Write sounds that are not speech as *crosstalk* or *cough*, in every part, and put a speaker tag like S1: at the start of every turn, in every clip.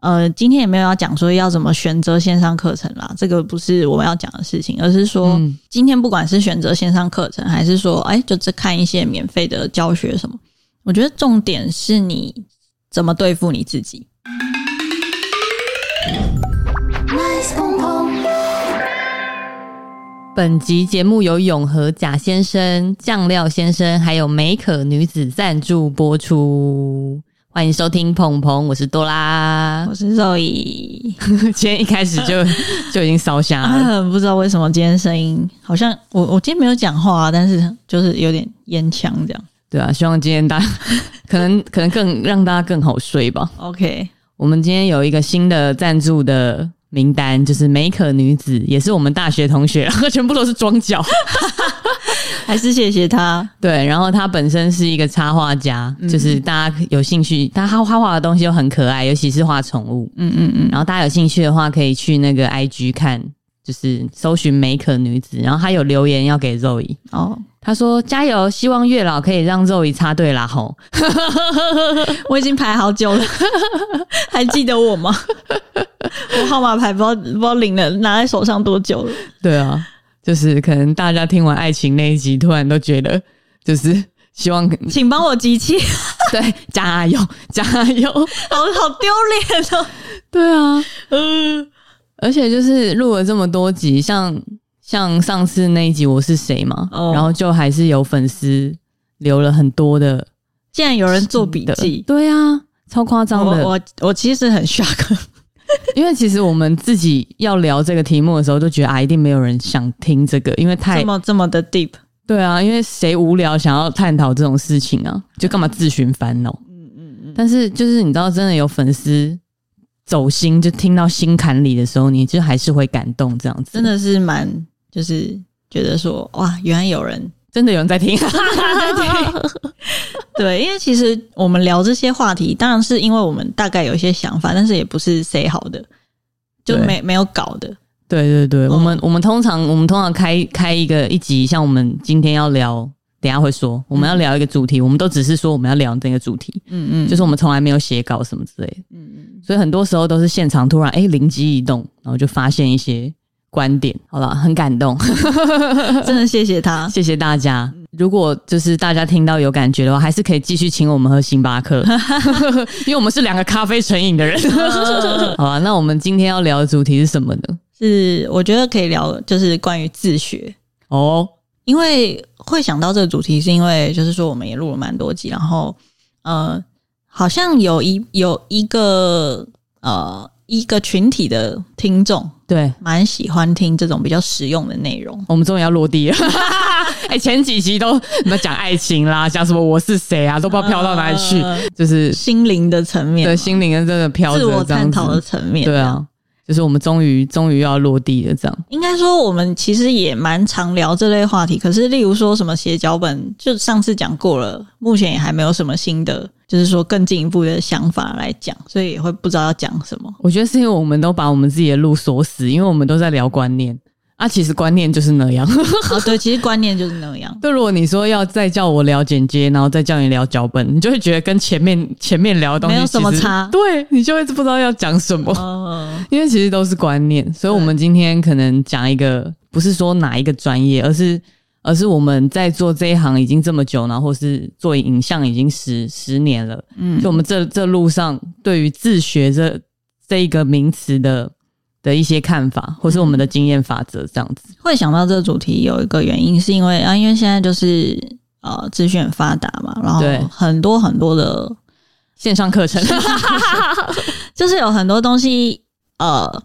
S1: 呃，今天也没有要讲说要怎么选择线上课程啦，这个不是我们要讲的事情，而是说、
S2: 嗯
S1: 今天不管是选择线上课程，还是说哎，就只看一些免费的教学什么，我觉得重点是你怎么对付你自己。
S2: 本集节目由永和贾先生、酱料先生还有美可女子赞助播出。欢迎收听鹏鹏，我是多
S1: *laughs*
S2: 拉
S1: 我。是肉姨，
S2: 今天一开始就 *laughs* 就已经烧瞎了，
S1: *laughs* 啊，不知道为什么今天声音好像我我今天没有讲话、啊，但是就是有点烟枪这样。
S2: 对啊，希望今天大家 *laughs* 可能可能更让大家更好睡吧。
S1: OK，
S2: 我们今天有一个新的赞助的名单，就是美可女子，也是我们大学同学， *laughs* 全部都是装脚。
S1: 还是谢谢他。
S2: 对，然后她本身是一个插画家，就是大家有兴趣，她她画画的东西都很可爱，尤其是画宠物。
S1: 嗯嗯嗯，
S2: 然后大家有兴趣的话，可以去那个 IG 看，就是搜寻美可女子。然后她有留言要给肉姨，
S1: 哦，
S2: 她说加油，希望月老可以让肉姨插队啦吼。
S1: *laughs* 我已经排好久了，还记得我吗？ *laughs* 我号码牌不知道不知道领了，拿在手上多久了？
S2: 对啊，就是可能大家听完爱情那一集，突然都觉得就是希望 *laughs*
S1: 请帮我集气， *laughs*
S2: 对加油 *laughs* 加油，
S1: 好好丢脸哦。
S2: 对啊。
S1: 嗯，
S2: 而且就是录了这么多集，像像上次那一集我是谁嘛，
S1: 哦
S2: 然后就还是有粉丝留了很多的
S1: 竟然有人做笔记，哦
S2: 对啊，超夸张
S1: 我
S2: 的。
S1: 我我其实很 shock。
S2: 因为其实我们自己要聊这个题目的时候，就觉得啊，一定没有人想听这个，因为太
S1: 这么这么的 deep，
S2: 对啊，因为谁无聊想要探讨这种事情啊，就干嘛自寻烦恼？
S1: 嗯嗯嗯，
S2: 但是就是你知道，真的有粉丝走心，就听到心坎里的时候，你就还是会感动这样子。
S1: 真的是蛮就是觉得说哇，原来有人
S2: 真的有人
S1: *laughs*
S2: 在听， *laughs*
S1: 对，因为其实我们聊这些话题，当然是因为我们大概有一些想法，但是也不是 say 好的，就
S2: 对
S1: 没没有搞的。
S2: 对对对，
S1: 嗯
S2: 我们我们通常我们通常开开一个一集，像我们今天要聊，等一下会说我们要聊一个主题，我们都只是说我们要聊这个主题，
S1: 嗯嗯，
S2: 就是我们从来没有写稿什么之类的，
S1: 嗯嗯，
S2: 所以很多时候都是现场突然哎灵机一动，然后就发现一些观点，好了，很感动，。
S1: 真的谢谢他
S2: *laughs* 谢谢大家。如果就是大家听到有感觉的话，还是可以继续请我们喝星巴克， *laughs* 因为我们是两个咖啡成瘾的人。 *laughs* 好啊，那我们今天要聊的主题是什么呢？
S1: 是，我觉得可以聊，就是关于自学，
S2: 哦，
S1: 因为会想到这个主题，是因为就是说我们也录了蛮多集，然后呃，好像有一有一个呃一个群体的听众
S2: 对，
S1: 蛮喜欢听这种比较实用的内容。
S2: 我们终于要落地了。 *laughs* 哎、前几集都什么讲爱情啦，讲什么我是谁啊，都不知道飘到哪里去，
S1: 呃
S2: 就是
S1: 心灵的层面
S2: 对
S1: 嘛，
S2: 心灵的真的飘
S1: 啊自我
S2: 着这
S1: 探
S2: 样
S1: 讨的
S2: 子。
S1: 层面。
S2: 对，啊，就是我们终于终于要落地了，这样。
S1: 应该说我们其实也蛮常聊这类话题，可是例如说什么写脚本，就上次讲过了，目前也还没有什么新的，就是说更进一步的想法来讲，所以也会不知道要讲什么。
S2: 我觉得是因为我们都把我们自己的路锁死，因为我们都在聊观念啊，其实观念就是那样。 *laughs*
S1: 啊， *laughs* 对，其实观念就是那样。
S2: 就如果你说要再叫我聊剪接，然后再叫你聊脚本，你就会觉得跟前面前面聊的东西
S1: 没有什么
S2: 其实
S1: 差
S2: 对你就会不知道要讲
S1: *laughs*
S2: 什么。
S1: 嗯，
S2: 因为其实都是观念，所以我们今天可能讲一个，不是说哪一个专业，而是而是我们在做这一行已经这么久，然后或是做影像已经十十年了，
S1: 嗯
S2: 嗯，就我们这这路上对于自学这这一个名词的的一些看法，或是我们的经验法则这样子。
S1: 会想到这个主题有一个原因，是因为啊，因为现在就是呃资讯很发达嘛，然后
S2: 对
S1: 很多很多的
S2: 线上课程，
S1: 就是有很多东西，呃，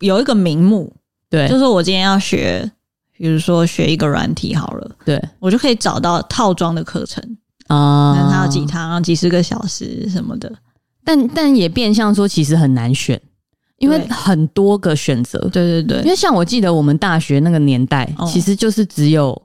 S1: 有一个名目，
S2: *laughs* 对
S1: 就是我今天要学，比如说学一个软体好了，
S2: 对
S1: 我就可以找到套装的课程，
S2: 啊
S1: 那它有几堂、几十个小时什么的，
S2: 但但也变相说，其实很难选，因为
S1: 对
S2: 很多个选择，
S1: 对对
S2: 因
S1: 对，
S2: 为像我记得我们大学那个年代，
S1: 哦
S2: 其实就是只有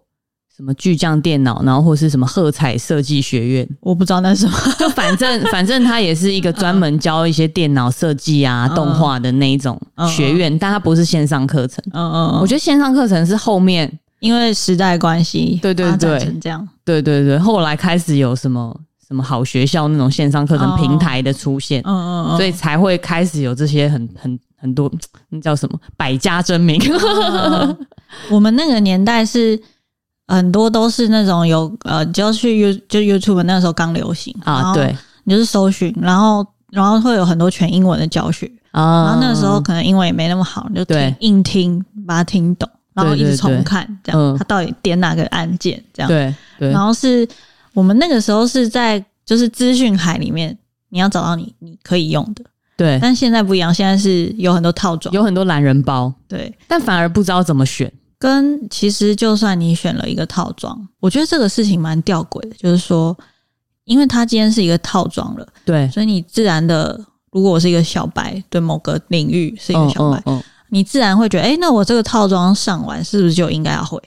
S2: 什么巨匠电脑，然后或是什么喝彩设计学院，
S1: 我不知道那是什么，
S2: *laughs* 就反正反正它也是一个专门教一些电脑设计啊、
S1: 嗯
S2: 动画的那一种
S1: 嗯
S2: 学院，但它不是线上课程。
S1: *laughs* 嗯嗯，我
S2: 我
S1: 觉
S2: 觉得线上课程是后面，
S1: 得因为时代关系，
S2: 对对
S1: 发展
S2: 对
S1: 成这样，
S2: 对对对，后来开始有什么。什么好学校那种线上课程平台的出现，
S1: 嗯哦嗯嗯，
S2: 所
S1: *laughs*
S2: 以才会开始有这些很很很多那叫什么百家争鸣。
S1: 哦我们那个年代是很多都是那种有呃，就要去 You 就 YouTube 那时候刚流行
S2: *laughs* 啊，，
S1: 然
S2: 对
S1: 后你就是搜寻，然后然后会有很多全英文的教学，
S2: 啊，
S1: 然后那时候可能英文也没那么好，你就听
S2: 对
S1: 硬听把它听懂，然后一直重看，这
S2: 嗯
S1: 样它到底点哪个按键这样，
S2: 对对
S1: 然后是我们那个时候是在就是资讯海里面。你要找到你你可以用的，
S2: 对，
S1: 但现在不一样，现在是有很多套装，
S2: 有很多懒人包，
S1: 对，
S2: 但反而不知道怎么选。
S1: 跟其实就算你选了一个套装，我觉得这个事情蛮吊诡的，就是说，因为它今天是一个套装了，
S2: 对，
S1: 所以你自然的，如果我是一个小白，对某个领域是一个小白，
S2: 嗯嗯
S1: 你自然会觉得，哎、那我这个套装上完是不是就应该要会？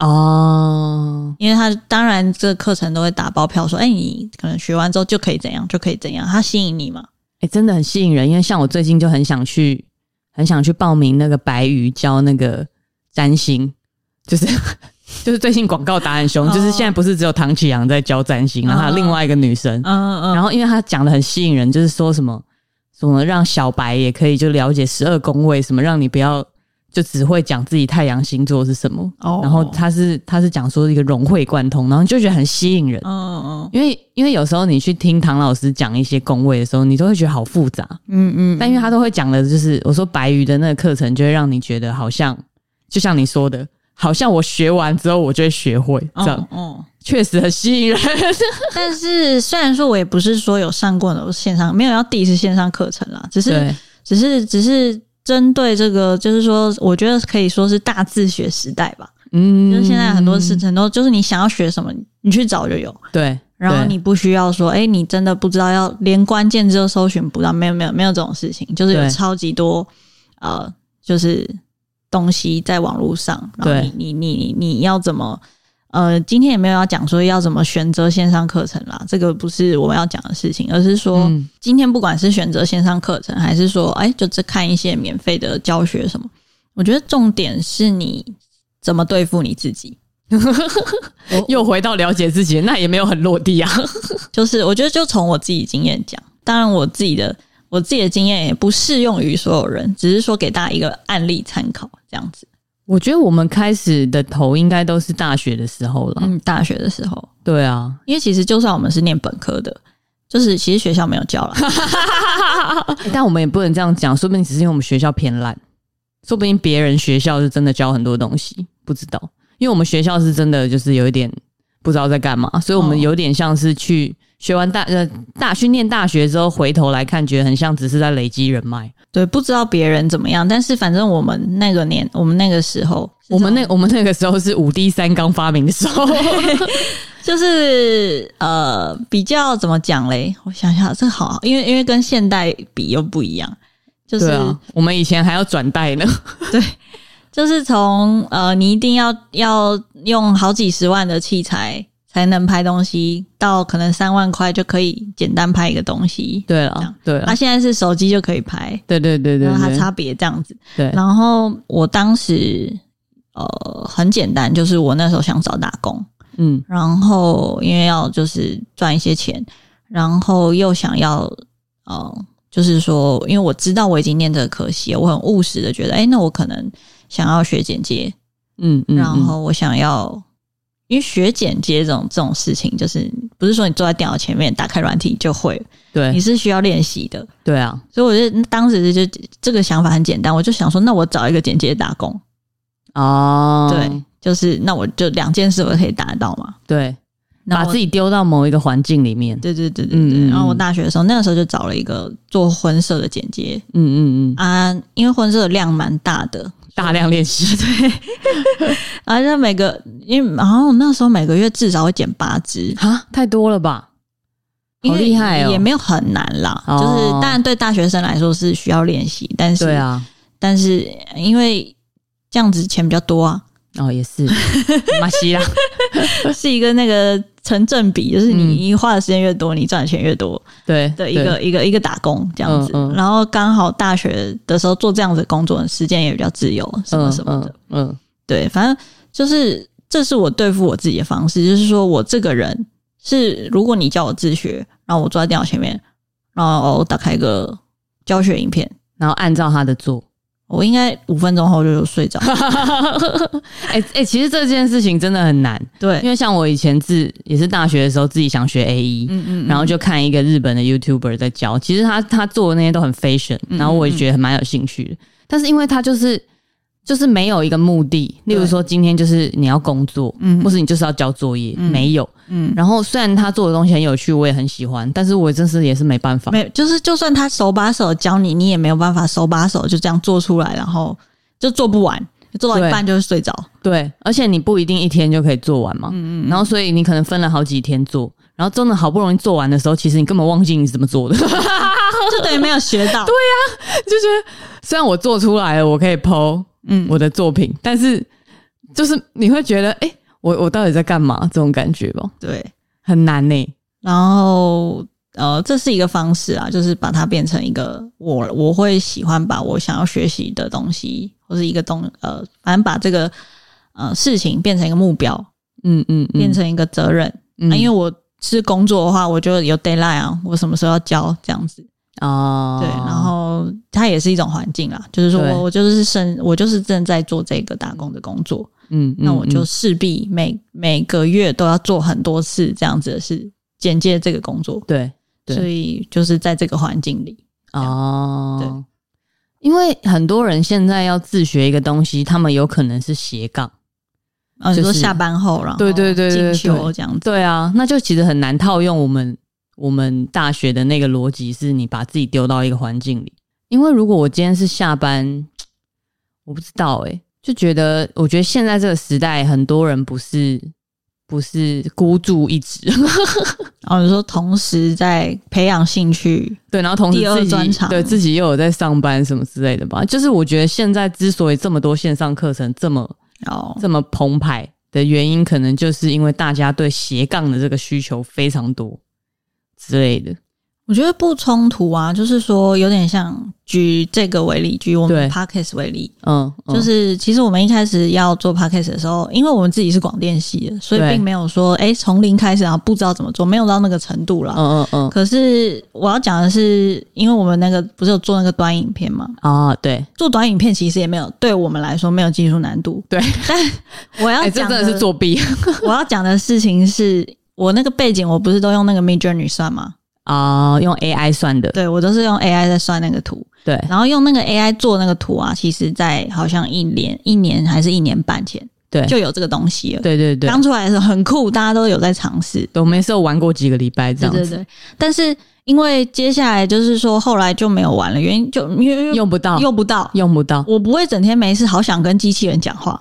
S2: 嗯哦，
S1: 因为他当然这个课程都会打包票说，哎、你可能学完之后就可以怎样，就可以怎样，它吸引你嘛。
S2: 哎，真的很吸引人，因为像我最近就很想去，很想去报名那个白鱼教那个占星，就是就是最近广告打很凶，
S1: 哦
S2: 就是现在不是只有唐启阳在教占星，然后还有另外一个女生，
S1: 嗯嗯
S2: 然后因为她讲的很吸引人，就是说什么什么让小白也可以就了解十二宫位，什么让你不要就只会讲自己太阳星座是什么，
S1: 哦
S2: 然后她是她是讲说一个融会贯通，然后你就觉得很吸引人。
S1: 嗯嗯
S2: 因为因为有时候你去听唐老师讲一些宫位的时候，你都会觉得好复杂，
S1: 嗯嗯，
S2: 但因为他都会讲的，就是我说白鱼的那个课程，就会让你觉得好像，就像你说的，好像我学完之后我就会学会，这样
S1: 哦哦
S2: 确、实很吸引人。
S1: 但是虽然说我也不是说有上过那种线上，没有要 diss 线上课程啦，只是
S2: 对
S1: 只是只是针对这个，就是说，我觉得可以说是大自学时代吧。
S2: 嗯
S1: 就是现在很多事，情都就是你想要学什么，你去找就有，
S2: 对，
S1: 然后
S2: 对
S1: 你不需要说，哎、你真的不知道要连关键字都搜寻不到，没有没有没有这种事情，就是有
S2: 对
S1: 超级多呃，就是东西在网络上，然后
S2: 对
S1: 你你你你你要怎么？呃，今天也没有要讲说要怎么选择线上课程啦，这个不是我们要讲的事情，而是说、
S2: 嗯
S1: 今天不管是选择线上课程，还是说哎，就只看一些免费的教学什么，我觉得重点是你怎么对付你自己。
S2: 又回到了解自己，那也没有很落地啊。
S1: 就是我觉得就从我自己经验讲，当然我自己的我自己的经验也不适用于所有人，只是说给大家一个案例参考这样子。
S2: 我觉得我们开始的头应该都是大学的时候了。
S1: 嗯，大学的时候，
S2: 对啊，
S1: 因为其实就算我们是念本科的，就是其实学校没有教了， *laughs*
S2: 欸但我们也不能这样讲，说不定只是因为我们学校偏烂，说不定别人学校是真的教很多东西，不知道。因为我们学校是真的就是有一点不知道在干嘛，所以我们
S1: 哦
S2: 有点像是去学完大呃大去念大学之后回头来看，觉得很像只是在累积人脉。
S1: 对，不知道别人怎么样，但是反正我们那个年，我们那个时候，
S2: 我们那我们那个时候是五 D 三刚发明的时候，
S1: *laughs* 就是呃，比较怎么讲嘞？我想想，这个好，因为因为跟现代比又不一样，就是、
S2: 对啊，我们以前还要转贷
S1: *laughs*
S2: 呢。
S1: 就是从呃，你一定要要用好几十万的器材才能拍东西，到可能三万块就可以简单拍一个东西。
S2: 对
S1: 这
S2: 啊
S1: 样，
S2: 对
S1: 啊，
S2: 啊，
S1: 现在是手机就可以拍，
S2: 对对对对
S1: 然后它
S2: 对
S1: 差别这样子。
S2: 对，
S1: 然后我当时呃很简单，就是我那时候想找打工，
S2: 嗯
S1: 然后因为要就是赚一些钱，然后又想要呃，就是说，因为我知道我已经念这个科系了，我很务实的觉得，哎，那我可能想要学剪接，
S2: 嗯嗯，
S1: 然
S2: 嗯
S1: 后我想要。因为学剪接这种这种事情，就是不是说你坐在电脑前面打开软体就会，你
S2: 对
S1: 是需要练习的。
S2: 对啊，
S1: 所以我就当时就这个想法很简单，我就想说，那我找一个剪接打工，
S2: 哦，
S1: 对，就是那我就两件事我可以达到嘛。
S2: 对，
S1: 然
S2: 把
S1: 后我
S2: 自己丢到某一个环境里面。
S1: 对对对对对。
S2: 嗯嗯嗯
S1: 然后我大学的时候，那个时候就找了一个做婚摄的剪接
S2: 嗯嗯嗯，
S1: 啊，因为婚摄的量蛮大的，
S2: 大量练
S1: *laughs*
S2: 习。
S1: 而且每个因为然后那时候每个月至少会剪八支，
S2: 哈，太多了吧？好厉害
S1: 因
S2: 哦！
S1: 为也没有很难啦，
S2: 哦
S1: 就是当然对大学生来说是需要练习，但是
S2: 对啊，
S1: 但是因为这样子钱比较多
S2: *laughs*
S1: 啊，
S2: 哦也
S1: *laughs*
S2: 是，马西啦，
S1: 是一个那个成正比，就是你
S2: 嗯
S1: 你花的时间越多，你赚的钱越多
S2: 对
S1: 的一个一个一个打工这样子。
S2: 嗯嗯
S1: 然后刚好大学的时候做这样子的工作，时间也比较自由，什么什么的。，
S2: 对嗯嗯嗯，
S1: 对，反正就是这是我对付我自己的方式，就是说我这个人是如果你叫我自学，然后我坐在电脑前面，然后我打开一个教学影片，
S2: 然后按照他的做。
S1: 我应该五分钟后就睡着。
S2: 哎哎、其实这件事情真的很难，
S1: *laughs* 对，
S2: 因为像我以前自也是大学的时候自己想学 A E，、
S1: 嗯嗯
S2: 然后就看一个日本的 YouTuber 在教，其实他他做的那些都很 fashion，
S1: 嗯
S2: 然后我也觉得蛮有兴趣的。但是因为他就是就是没有一个目的，例如
S1: 对
S2: 说今天就是你要工作，
S1: 嗯
S2: 或是你就是要交作业，
S1: 嗯
S2: 没有。
S1: 嗯，
S2: 然后虽然他做的东西很有趣，我也很喜欢，但是我真是也是没办法。
S1: 没有，就是就算他手把手教你，你也没有办法手把手就这样做出来，然后就做不完，做到一半就会睡着。 *laughs*
S2: 对，而且你不一定一天就可以做完嘛，
S1: 嗯
S2: 然后所以你可能分了好几天做，然后真的好不容易做完的时候，其实你根本忘记你是怎么做的， *laughs* 就觉
S1: 就等于没有学到。对，
S2: 得虽然我做出来了，我可以 PO
S1: 嗯，
S2: 我的作品，但是就是你会觉得，哎、我我到底在干嘛？这种感觉吧，
S1: 对。
S2: 很难呢、欸
S1: 然后呃，这是一个方式啊，就是把它变成一个我我会喜欢把我想要学习的东西，或是一个东呃，反正把这个呃事情变成一个目标，
S2: 嗯嗯嗯，
S1: 变成一个责任。
S2: 嗯
S1: 啊、因为我是工作的话，我就有 d a y l i n e 啊，我什么时候要交这样子。
S2: 哦，
S1: 对，然后它也是一种环境啦，就是说
S2: 对
S1: 我我就是生我就是正在做这个打工的工作，
S2: 嗯，嗯
S1: 那我就
S2: 嗯
S1: 势必每每个月都要做很多次这样子的事，简介这个工作，
S2: 对对
S1: 所以就是在这个环境里，
S2: 哦，
S1: 对
S2: 因为很多人现在要自学一个东西，他们有可能是斜杠。
S1: 然哦后你说
S2: 就是
S1: 下班后，然后
S2: 对对对
S1: 进
S2: 对
S1: 修
S2: 对
S1: 这样子，
S2: 对啊，那就其实很难套用我们我们大学的那个逻辑，是你把自己丢到一个环境里。因为如果我今天是下班，我不知道诶、就觉得我觉得现在这个时代，很多人不是不是孤注一掷， *laughs*
S1: 然后哦你说同时在培养兴趣，
S2: 对，然后同时
S1: 第二
S2: 自己
S1: 专长
S2: 对自己又有在上班什么之类的吧。就是我觉得现在之所以这么多线上课程这么
S1: 然后
S2: 这么澎湃的原因，可能就是因为大家对斜杠的这个需求非常多之类的。
S1: 我觉得不冲突啊，就是说有点像举这个为例，举我们
S2: 对
S1: podcast 为例，
S2: 嗯，嗯
S1: 就是其实我们一开始要做 podcast 的时候，因为我们自己是广电系的，所以
S2: 对
S1: 并没有说哎从零开始然后不知道怎么做，没有到那个程度了。
S2: 嗯嗯
S1: 可是我要讲的是，因为我们那个不是有做那个短影片嘛，
S2: 嗯，啊，对，
S1: 做短影片其实也没有对我们来说没有技术难度。
S2: 对， *laughs*
S1: 但我要
S2: 哎，这
S1: 讲
S2: 真的是作弊
S1: *laughs* 我要讲的事情是我那个背景，我不是都用那个 Mid Journey 算吗？
S2: 啊，用 AI 算的，
S1: 对我都是用 AI 在算那个图，
S2: 对，
S1: 然后用那个 AI 做那个图啊，其实在好像一年、一年还是一年半前，
S2: 对
S1: 就有这个东西了。
S2: 对对对，
S1: 刚出来的时候很酷，大家都有在尝试。
S2: 对我们也是有玩过几个礼拜这
S1: 对
S2: 样
S1: 对
S2: 子，
S1: 对，但是因为接下来就是说，后来就没有玩了，原因就因为
S2: 用不到，
S1: 用不到。
S2: 用不到。
S1: *laughs* 我不会整天没事，好想跟机器人讲
S2: *laughs*
S1: 话，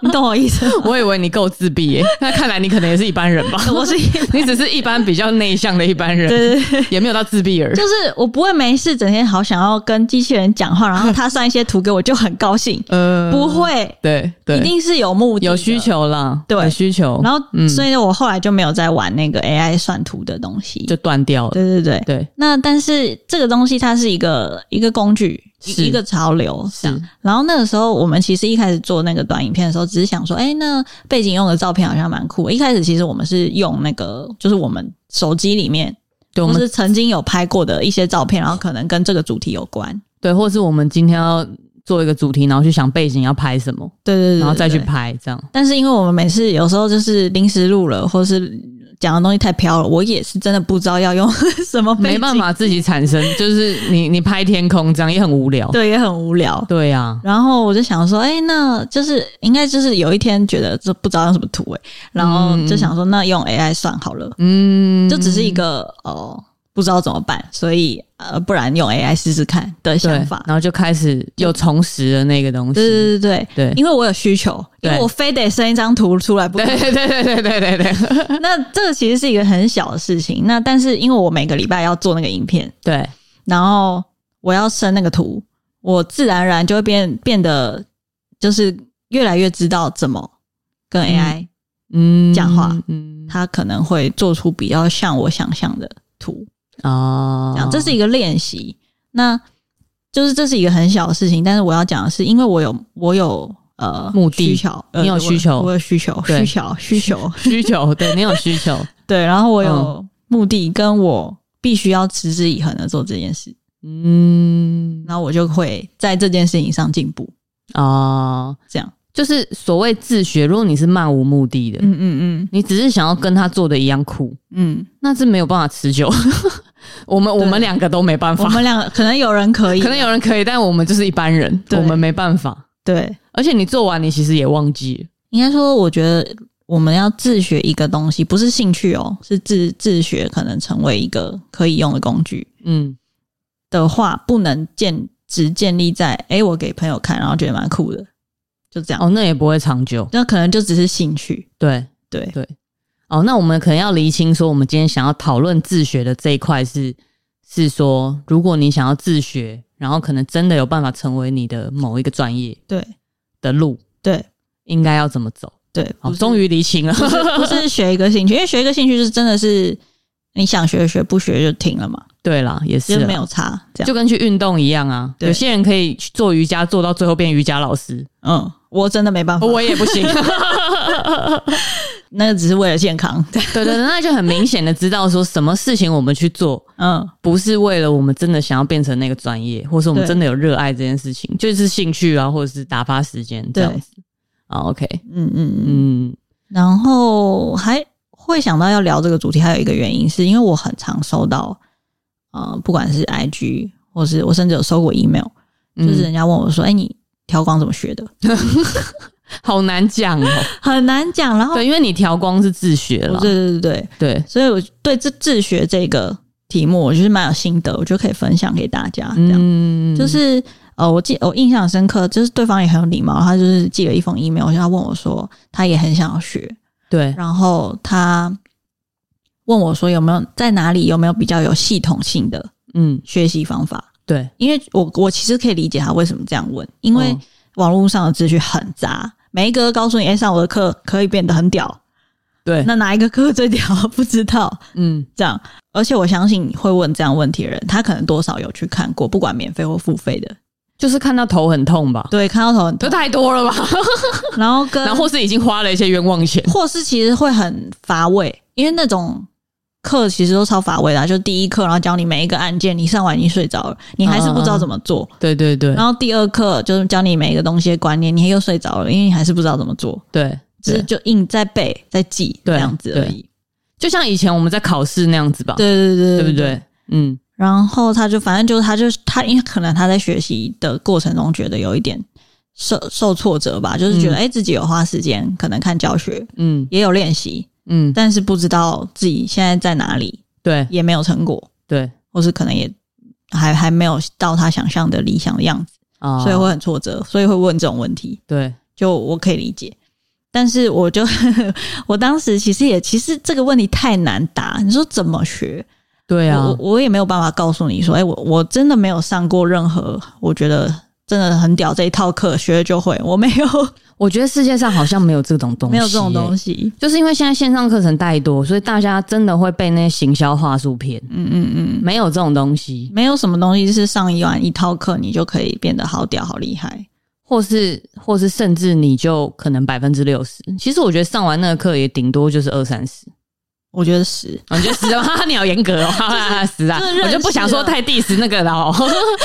S1: 你懂我意思吗？
S2: 我以为你够自闭耶，那看来你可能也是一般人吧？
S1: 我是
S2: 你只是一般比较内向的一般人，
S1: 对
S2: *laughs*
S1: 对
S2: 也没有到自闭儿。
S1: 就是我不会没事整天好想要跟机器人讲话，然后他算一些图给我就很高兴，
S2: 呃，
S1: 不，会，
S2: 对
S1: 一
S2: 对，
S1: 定是有目的的
S2: 有需。求啦，
S1: 对
S2: 有需求，
S1: 然后，
S2: 嗯
S1: 所以我后来就没有再玩那个 AI 算图的东西。
S2: 就断掉了。
S1: 对对对，
S2: 对，
S1: 那但是这个东西它是一个一个工具，
S2: 是
S1: 一一个潮流
S2: 是
S1: 这样。然后那个时候我们其实一开始做那个短影片的时候，只是想说，哎、那背景用的照片好像蛮酷。一开始其实我们是用那个，就是我们手机里面，
S2: 对，我
S1: 或
S2: 们
S1: 是曾经有拍过的一些照片，然后可能跟这个主题有关。
S2: 对，或是我们今天要做一个主题，然后去想背景要拍什么，
S1: 对对对，
S2: 然后再去
S1: 对。
S2: 拍这样。
S1: 但是因为我们每次有时候就是临时录了，或是讲的东西太飘了，我也是真的不知道要用什么背景，
S2: 没办，法自己产生，就是你你拍天空这样也很无聊。
S1: 对，也很无聊。
S2: 对啊呀、
S1: 然后我就想说，哎、那就是应该就是有一天觉得这不知道用什么图哎、然后就想说，那用 AI 算好了，
S2: 嗯，
S1: 就只是一个哦、不知道怎么办，所以呃，不然用 AI 试试看的
S2: 对
S1: 想法，。
S2: 然后就开始又重拾了那个东西。
S1: 对对对对
S2: 对
S1: 因为我有需求，因为
S2: 对
S1: 我非得生一张图出来不可。
S2: 对对对对对对对对
S1: 那这个其实是一个很小的事情，那但是因为我每个礼拜要做那个影片，
S2: 对，
S1: 然后我要生那个图，我自然而然就会变变得就是越来越知道怎么跟 AI、
S2: 嗯，
S1: *laughs* 讲话，
S2: 嗯，
S1: 它可能会做出比较像我想象的图，
S2: 哦
S1: 这，样这是一个练习。那就是这是一个很小的事情，但是我要讲的是，因为我有我有呃
S2: 目的
S1: 需求，呃
S2: 你有需求
S1: 我我有需求，
S2: 对
S1: 需
S2: *laughs*
S1: 求，需求，
S2: 需求，对你有需求，
S1: 对，然后我有目的，跟我必须要持之以恒的做这件事，
S2: 嗯
S1: 然后我就会在这件事情上进步。
S2: 啊、
S1: 这样，
S2: 就是所谓自学，如果你是漫无目的的，
S1: 嗯嗯
S2: 你只是想要跟他做的一样酷，
S1: 嗯
S2: 那是没有办法持久。 *laughs* 我们我们两个都没办
S1: 嗯，我
S2: 法，
S1: 们两个可能有人可以，
S2: 可能有人可以，但啊我们就是一般人，
S1: 对
S2: 我们没办法。
S1: 对，
S2: 而且你做完，你其实也忘记了。
S1: 应该说，我觉得我们要自学一个东西，不是兴趣哦，是自自学，可能成为一个可以用的工具
S2: 嗯，
S1: 的话，不能建只建立在诶，我给朋友看，然后觉得蛮酷的，就这样。
S2: 哦，那也不会长久。
S1: 那可能就只是兴趣，
S2: 对，
S1: 对
S2: 对哦，那我们可能要厘清说，我们今天想要讨论自学的这一块是是说，如果你想要自学，然后可能真的有办法成为你的某一个专业
S1: 对
S2: 的路，
S1: 对
S2: 应该要怎么走？
S1: 对，
S2: 好，
S1: 不是
S2: 哦终于厘清了。 *laughs*
S1: 不是不是学一个兴趣，因为学一个兴趣就是真的是你想学学，不学就停了嘛，
S2: 对啦，也是
S1: 就
S2: 啦
S1: 没有差这样。
S2: 就跟去运动一样啊。
S1: 对
S2: 有些人可以去做瑜伽，做到最后变瑜伽老
S1: *laughs*
S2: 师，
S1: 嗯，我真的没办法，
S2: 我也不行。
S1: *laughs* 那个只是为了健康。对，
S2: 对对对，那就很明显的知道说什么事情我们去做，
S1: 嗯，
S2: 不是为了我们真的想要变成那个专业，或是我们
S1: 对
S2: 真的有热爱这件事情，就是兴趣啊，或者是打发时间
S1: 对，
S2: 这样子啊。OK，
S1: 嗯嗯嗯。
S2: 嗯
S1: 然后还会想到要聊这个主题，还有一个原因是因为我很常收到，呃，不管是 IG 或是我甚至有收过 email，、
S2: 嗯，
S1: 就是人家问我说：“哎、你调光怎么学的
S2: 好难讲哦。？”
S1: *laughs* 很难讲。然后
S2: 对，因为你调光是自学
S1: 我
S2: 了，
S1: 对对对对，
S2: 对，
S1: 所以我对自自学这个题目，我就是蛮有心得，我就可以分享给大家。这样、
S2: 嗯，
S1: 就是呃，我记我印象深刻，就是对方也很有礼貌，他就是寄了一封 email，他问我说他也很想要学，
S2: 对，
S1: 然后他问我说有没有在哪里有没有比较有系统性的
S2: 嗯，
S1: 学习方法？
S2: 对，
S1: 因为我我其实可以理解他为什么这样问，因为
S2: 嗯
S1: 网络上的资讯很杂，每一个都告诉你，哎、上我的课可以变得很屌，
S2: 对，
S1: 那哪一个课最屌 *laughs* 不知道？
S2: 嗯，
S1: 这样，而且我相信会问这样问题的人，他可能多少有去看过，不管免费或付费的，
S2: 就是看到头很
S1: *laughs*
S2: 痛吧，
S1: 对，看到头很
S2: 这
S1: 痛，
S2: 太
S1: *laughs*
S2: 多了吧。
S1: 然后跟
S2: 然后或是已经花了一些冤枉钱。
S1: 或是其实会很乏味，因为那种课其实都超乏味的啊、就第一课然后教你每一个按键，你上完已经睡着了，你还是不知道怎么做。
S2: 对对嗯对
S1: 然后第二课就是教你每一个东西的观念，你又睡着了，因为你还是不知道怎么做，
S2: 对，
S1: 只是
S2: 对，
S1: 就硬在背在记这
S2: 对
S1: 样子而已。
S2: 就像以前我们在考试那样子吧，
S1: 对对对
S2: 对不？对？嗯，
S1: 然后他就反正就是他就是他，因为可能他在学习的过程中觉得有一点受受挫折吧，就是觉得
S2: 嗯
S1: 哎、诶自己有花时间，可能看教学
S2: 嗯
S1: 也有练习，
S2: 嗯，
S1: 但是不知道自己现在在哪里，
S2: 对
S1: 也没有成果，
S2: 对
S1: 或是可能也还还没有到他想象的理想的样子，
S2: 啊
S1: 所以会很挫折，所以会问这种问题，
S2: 对
S1: 就我可以理解。但是我就 *laughs* 我当时其实也其实这个问题太难答，你说怎么学？
S2: 对啊
S1: 我，我我也没有办法告诉你说，哎、我我真的没有上过任何我觉得真的很屌这一套课，学了就会，我没有
S2: 我觉得世界上好像没有这种东西，
S1: 没有这种东
S2: 西。
S1: 西。
S2: 就是因为现在线上课程太多，所以大家真的会被那些行销话术骗。
S1: 嗯嗯嗯，
S2: 没有这种东西，
S1: 没有什么东西是上一完一套课你就可以变得好屌好厉害。
S2: 或是或是甚至你就可能百分之六十。其实我觉得上完那个课也顶多就是二三十。
S1: 我觉得是，
S2: 我觉得十啊，你好严
S1: *laughs*
S2: 格哦，哈哈哈十啊
S1: 就是认识，了
S2: 我就不想说太 diss 那个了哦。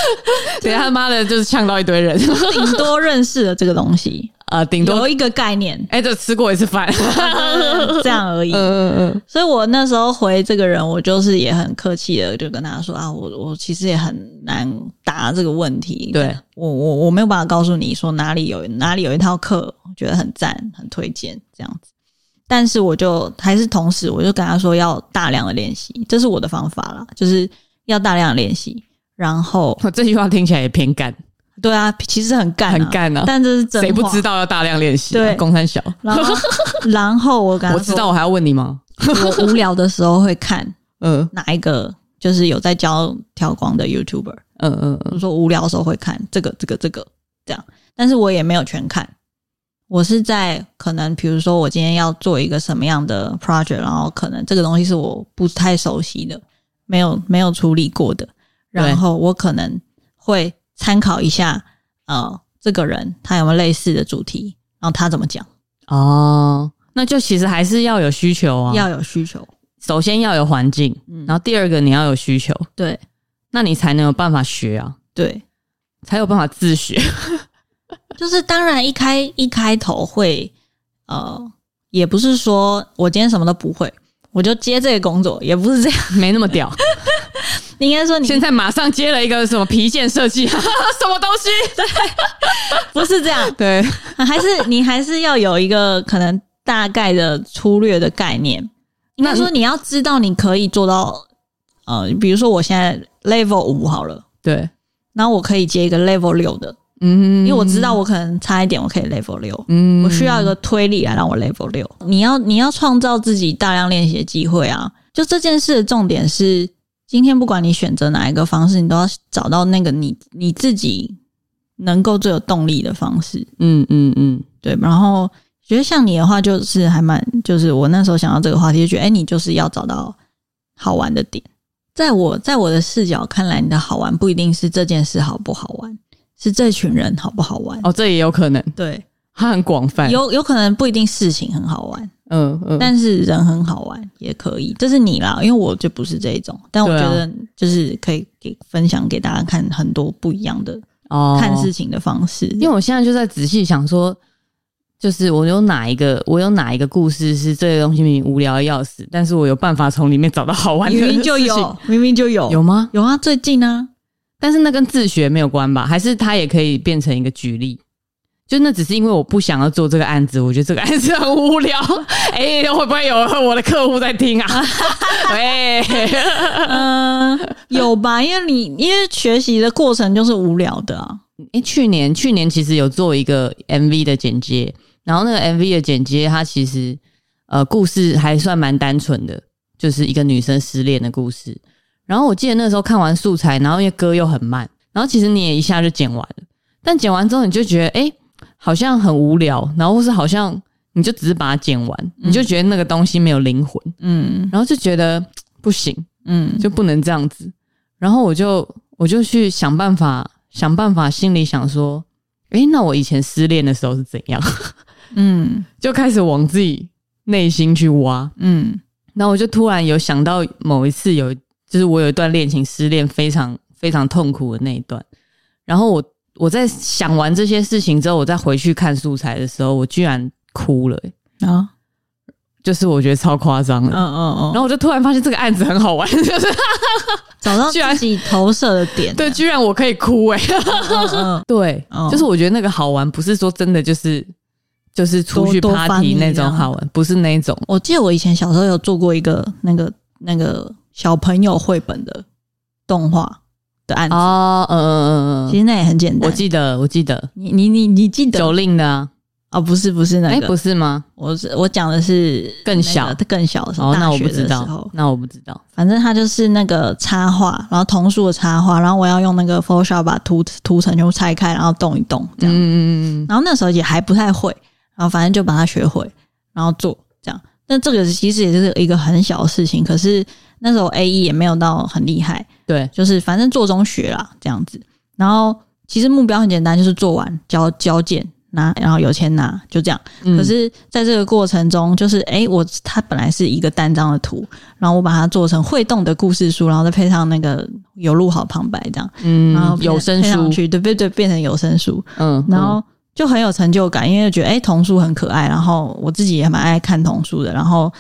S2: *laughs* 等一下他妈的，就是呛到一堆
S1: *laughs*
S2: 人
S1: 顶多认识了这个东西，
S2: 啊，顶多
S1: 有一个概念
S2: *laughs* ，哎，这吃过一次饭，
S1: 这样而已。
S2: 嗯嗯
S1: 所以我那时候回这个人，我就是也很客气的，就跟他说啊，我我其实也很难答这个问题。
S2: *laughs* 对，
S1: 我我我没有办法告诉你说哪里有哪里有一套课，我觉得很赞，很推荐这样子。但是我就还是同时，我就跟他说要大量的练习，这是我的方法啦，就是要大量地练习。然后，
S2: 嗯，这句话听起来也偏干，
S1: 对啊，其实很干、啊，
S2: 很干啊
S1: 但这是真
S2: 谁不
S1: 话
S2: 知道要大量练习啊？
S1: 对
S2: 公三小，
S1: 然
S2: *laughs*
S1: 后，然后我跟他
S2: 我
S1: 说，
S2: 知道，我还要问你吗？
S1: 我无聊的时候会看
S2: 嗯
S1: 哪一个就是有在教调光的 YouTuber，
S2: 嗯嗯
S1: 我
S2: 嗯，
S1: 说无聊的时候会看这个、这个、这个这样，但是我也没有全看，我是在可能比如说我今天要做一个什么样的 project，然后可能这个东西是我不太熟悉的，没有没有处理过的，然后我可能会参考一下呃这个人他有没有类似的主题，然后他怎么讲，
S2: 哦，那就其实还是要有需求啊。
S1: 要有需求。
S2: 首先要有环境，
S1: 嗯
S2: 然后第二个你要有需求，
S1: 对
S2: 那你才能有办法学啊，
S1: 对，
S2: 才有办法自学。 *laughs*
S1: 就是当然一开一开头会，呃，也不是说我今天什么都不会，我就接这个工作，也不是这样。 *laughs*
S2: 没那么 *laughs* 屌。
S1: 应该说你
S2: 现在马上接了一个什么皮件设计，啊 *laughs* 什么东西？
S1: 不是这样，
S2: *laughs* 对，
S1: *laughs* 还是你还是要有一个可能大概的粗略的概念。应该说你要知道你可以做到，呃，比如说我现在 level 五好了，
S2: 对，
S1: 然后我可以接一个 level 六的，
S2: 嗯，
S1: 因为我知道我可能差一点，我可以 level 六。
S2: 嗯
S1: 我需要一个推力来让我 level 六。你要你要创造自己大量练习的机会啊！就这件事的重点是，今天不管你选择哪一个方式，你都要找到那个你你自己能够最有动力的方式。
S2: 嗯嗯嗯，
S1: 对，然后觉得像你的话，就是还蛮，就是我那时候想到这个话题，就觉得哎、你就是要找到好玩的点。在我在我的视角看来，你的好玩不一定是这件事好不好玩，是这群人好不好玩。
S2: 哦，这也有可能，
S1: 对，
S2: 它很广泛。
S1: 有有可能不一定事情很好玩，
S2: 嗯嗯，
S1: 但是人很好玩也可以，这是你啦，因为我就不是这一种，但我
S2: 对
S1: 觉
S2: 啊
S1: 得就是可以给分享给大家看很多不一样的
S2: 哦
S1: 看事情的方式，
S2: 因为我现在就在仔细想说，就是我有哪一个，我有哪一个故事是这个东西明明无聊的要死，但是我有办法从里面找到好玩的
S1: 明明就
S2: 事情
S1: 有，明明就有
S2: 有吗？
S1: 有啊，最近啊，
S2: 但是那跟自学没有关吧？还是它也可以变成一个举例？就那只是因为我不想要做这个案子，我觉得这个案子很无聊。 *laughs* 哎、会不会有我的客户在听啊？ *laughs* 喂，啊
S1: 嗯、有吧？因为你因为学习的过程就是无聊的啊，
S2: 哎，去年去年其实有做一个 MV 的剪接，然后那个 MV 的剪接，它其实呃故事还算蛮单纯的，就是一个女生失恋的故事。然后我记得那时候看完素材，然后因为歌又很慢，然后其实你也一下就剪完了，但剪完之后你就觉得哎、诶好像很无聊，然后或是好像你就只是把它剪完，你就觉得那个东西没有灵魂，
S1: 嗯
S2: 然后就觉得不行，
S1: 嗯，
S2: 就不能这样子。然后我就我就去想办法，想办法，心里想说，诶，那我以前失恋的时候是怎样？ *laughs*
S1: 嗯
S2: 就开始往自己内心去挖。
S1: 嗯
S2: 然后我就突然有想到某一次有，就是我有一段恋情失恋，非常非常痛苦的那一段。然后我我在想完这些事情之后，我再回去看素材的时候，我居然哭了、诶
S1: 啊，
S2: 就是我觉得超夸张的。
S1: 嗯嗯嗯，
S2: 然后我就突然发现这个案子很好玩， *laughs* 就是
S1: 找到
S2: 居然
S1: 自己投射的点，啊
S2: 对，居然我可以哭欸诶、
S1: 嗯，嗯
S2: 对，
S1: 哦
S2: 就是我觉得那个好玩，不是说真的就是就是出
S1: 多
S2: 去
S1: 多翻
S2: party
S1: 译
S2: 那
S1: 这
S2: 种
S1: 样
S2: 好玩，不是那一种
S1: 我记得我以前小时候有做过一个那个那个小朋友绘本的动画的案子，
S2: 哦，嗯嗯嗯
S1: 其
S2: 嗯，
S1: 实那也很简单。
S2: 我记得我记得
S1: 你你你你记得
S2: 九令的啊，
S1: 哦？不是不是那
S2: 哎，
S1: 个，
S2: 不是吗？
S1: 我是我讲的是
S2: 更
S1: 那个
S2: 小
S1: 更小的时候，
S2: 哦，那
S1: 大
S2: 我
S1: 学
S2: 不知
S1: 的时
S2: 道
S1: 候，，嗯
S2: 那我不知道，
S1: 反正它就是那个插画，然后童书的插画，然后我要用那个 Photoshop 把图图层全部拆开，然后动一动这
S2: 嗯
S1: 样。
S2: 嗯嗯嗯，
S1: 然后那时候也还不太会，然后反正就把它学会，然后做这样。但这个其实也是一个很小的事情，可是那时候 A E 也没有到很厉害，
S2: 对，
S1: 就是反正做中学啦这样子。然后其实目标很简单，就是做完交交件拿，然后有钱拿，就这样。
S2: 嗯
S1: 可是在这个过程中，就是诶，我它本来是一个单张的图，然后我把它做成会动的故事书，然后再配上那个有录好旁白这样，然后
S2: 嗯
S1: 配
S2: 有声
S1: 配上
S2: 书，
S1: 去，对对对，变成有声书，
S2: 嗯，
S1: 然后。就很有成就感，因为觉得诶，哎童书很可爱，然后我自己也蛮爱看童书的，然后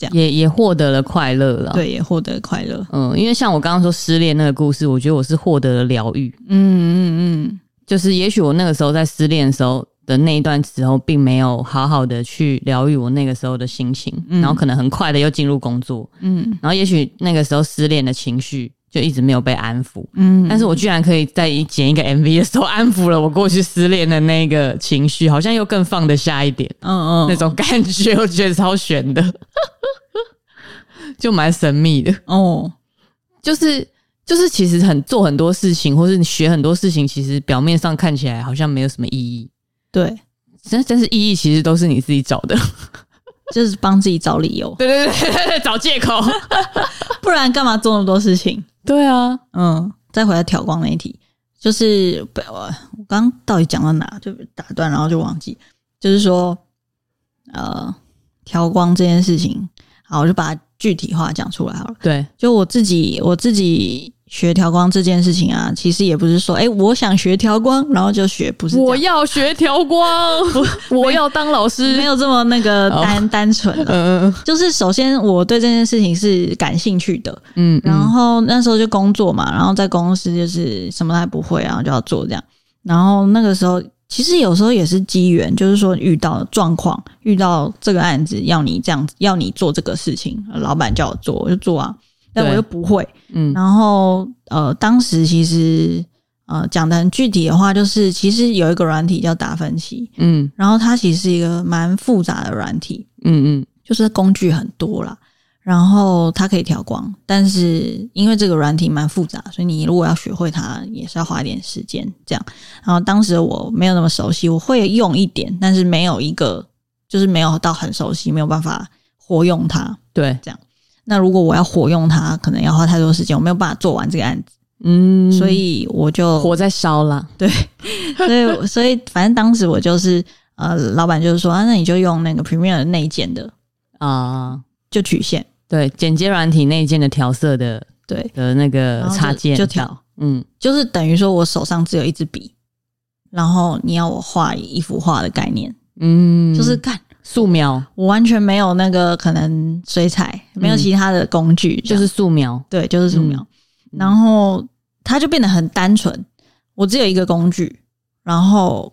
S2: 嗯也也获得了快乐了，，
S1: 对也获得快乐。
S2: 嗯，因为像我刚刚说失恋那个故事，我觉得我是获得了疗愈，
S1: 嗯嗯
S2: 就是也许我那个时候在失恋的时候的那一段时候，并没有好好的去疗愈我那个时候的心情，
S1: 嗯
S2: 然后可能很快的又进入工作，
S1: 嗯嗯
S2: 然后也许那个时候失恋的情绪就一直没有被安抚，
S1: 嗯，
S2: 但是我居然可以在一剪一个 MV 的时候安抚了我过去失恋的那个情绪，好像又更放得下一点、
S1: 嗯嗯
S2: 那种感觉，我觉得超悬的，就蛮神秘的。
S1: 哦，
S2: 就是就是，其实很做很多事情，或是你学很多事情，其实表面上看起来好像没有什么意义，
S1: 对，
S2: 但但是意义其实都是你自己找的。
S1: 就是帮自己找理由，
S2: *laughs* 对对对对对，找借口。
S1: 不然干嘛做那么多事情？
S2: *laughs* 对啊，
S1: 嗯，再回来挑光那一题，就是不我我刚刚到底讲到哪就打断，然后就忘记，就是说呃调光这件事情，好，我就把它具体化讲出来好了。
S2: 对，
S1: 就我自己我自己学调光这件事情啊，其实也不是说哎、诶我想学调光，然后就学，不是这样
S2: 我要学调光，我要当老师
S1: 没。有这么那个
S2: 哦
S1: 单、单纯了。
S2: *laughs* 嗯嗯
S1: 就是首先我对这件事情是感兴趣的，
S2: 嗯，
S1: 然后那时候就工作嘛，然后在公司就是什么都还不会啊，然后就要做这样。然后那个时候其实有时候也是机缘，就是说遇到状况，遇到这个案子要你这样，要你做这个事情，老板叫我做我就做啊，但
S2: 对
S1: 我又不会。
S2: 嗯
S1: 然后呃，当时其实呃讲的很具体的话，就是其实有一个软体叫达芬奇，
S2: 嗯
S1: 然后它其实是一个蛮复杂的软体，
S2: 嗯嗯，
S1: 就是工具很多啦，然后它可以调光，但是因为这个软体蛮复杂，所以你如果要学会它，也是要花一点时间这样。然后当时我没有那么熟悉，我会用一点，但是没有一个就是没有到很熟悉，没有办法活用它。
S2: 对，
S1: 那如果我要活用它，可能要花太多时间，我没有办法做完这个案子，
S2: 嗯，
S1: 所以我就
S2: 火在烧啦。
S1: 所以所以反正当时我就是呃，老板就是说啊，那你就用那个 Premiere 内建的
S2: 啊。
S1: 就曲线
S2: 对，剪接软体内建的调色的
S1: 对，
S2: 的那个
S1: 然后就
S2: 呃插件
S1: 就调，
S2: 嗯，
S1: 就是等于说我手上只有一支笔，然后你要我画一幅画的概念，
S2: 嗯，
S1: 就是干
S2: 素描，
S1: 我完全没有那个可能水彩，没有
S2: 嗯
S1: 其他的工具，
S2: 就
S1: 这样
S2: 是素描，
S1: 对，就是素描，
S2: 嗯
S1: 然后它就变得很单纯，我只有一个工具，然后。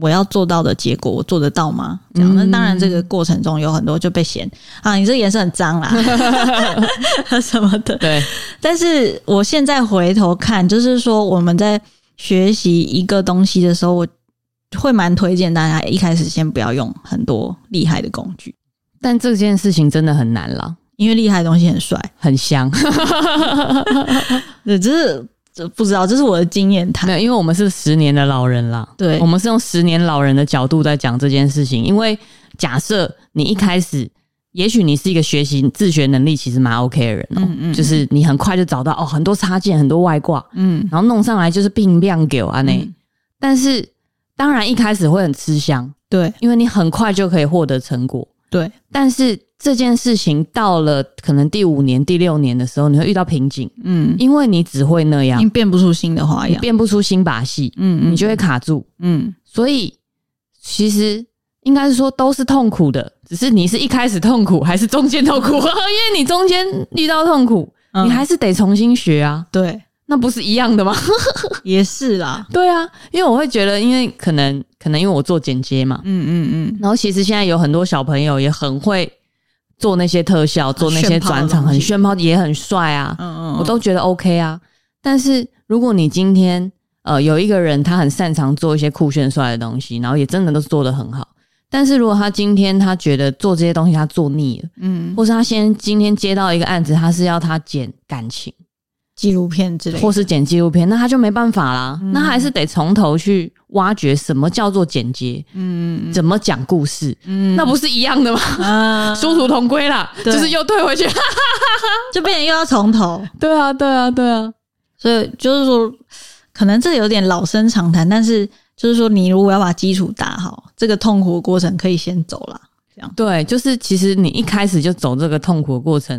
S1: 我要做到的结果，我做得到吗？这样，那
S2: 嗯
S1: 当然，这个过程中有很多就被嫌啊，你这个颜色很脏 *laughs* 啦，什么的。
S2: *laughs* 对，
S1: 但是我现在回头看，就是说我们在学习一个东西的时候，我会蛮推荐大家一开始先不要用很多厉害的工具，
S2: 但这件事情真的很难啦，
S1: 因为厉害的东西很帅。
S2: 很香。 *laughs*
S1: 对，只是这不知道，这是我的经验谈
S2: 没。有，因为我们是十年的老人啦，
S1: 对
S2: 我们是用十年老人的角度在讲这件事情。因为假设你一开始，也许你是一个学习自学能力其实蛮 OK 的人哦、
S1: 嗯嗯
S2: 就是你很快就找到哦很多插件、很多外挂，
S1: 嗯，
S2: 然后弄上来就是并量给我内、
S1: 嗯
S2: 但是当然一开始会很吃香，
S1: 对
S2: 因为你很快就可以获得成果。
S1: 对，
S2: 但是这件事情到了可能第五年、第六年的时候，你会遇到瓶颈，
S1: 嗯，
S2: 因为你只会那样
S1: 你，变不出新的花
S2: 你
S1: 样。
S2: 变不出新把戏，
S1: 嗯
S2: 你就会卡住。
S1: 嗯
S2: 所以其实应该是说都是痛苦的，只是你是一开始痛苦还是中间痛苦？因 *laughs* 为你中间遇到痛苦，
S1: 嗯
S2: 你还是得重新学啊，
S1: 对，
S2: 那不是一样的吗？ *laughs*
S1: 也是啦。
S2: 对啊，因为我会觉得，因为可能可能因为我做剪接嘛，
S1: 嗯嗯
S2: 然后其实现在有很多小朋友也很会做那些特效，做那些转场，很炫炮，也很帅啊，
S1: 嗯嗯
S2: 我都觉得 OK 啊。但是如果你今天呃有一个人他很擅长做一些酷炫帅的东西，然后也真的都做得很好，但是如果他今天他觉得做这些东西他做腻了，
S1: 嗯
S2: 或是他先今天接到一个案子，他是要他剪感情
S1: 纪录片之类的
S2: 或。是剪纪录片，那他就没办法啦，
S1: 嗯
S2: 那他还是得从头去挖掘什么叫做剪接，
S1: 嗯
S2: 怎么讲故事，
S1: 嗯
S2: 那不是一样的吗？ *laughs*
S1: 啊，
S2: 殊途同归啦，
S1: 对
S2: 就是又退回去。
S1: 就变成又要从头。
S2: *laughs* 对啊，对啊，对啊，
S1: 所以就是说，可能这有点老生常谈，但是就是说，你如果要把基础打好，这个痛苦的过程可以先走了。
S2: 对，就是其实你一开始就走这个痛苦的过程，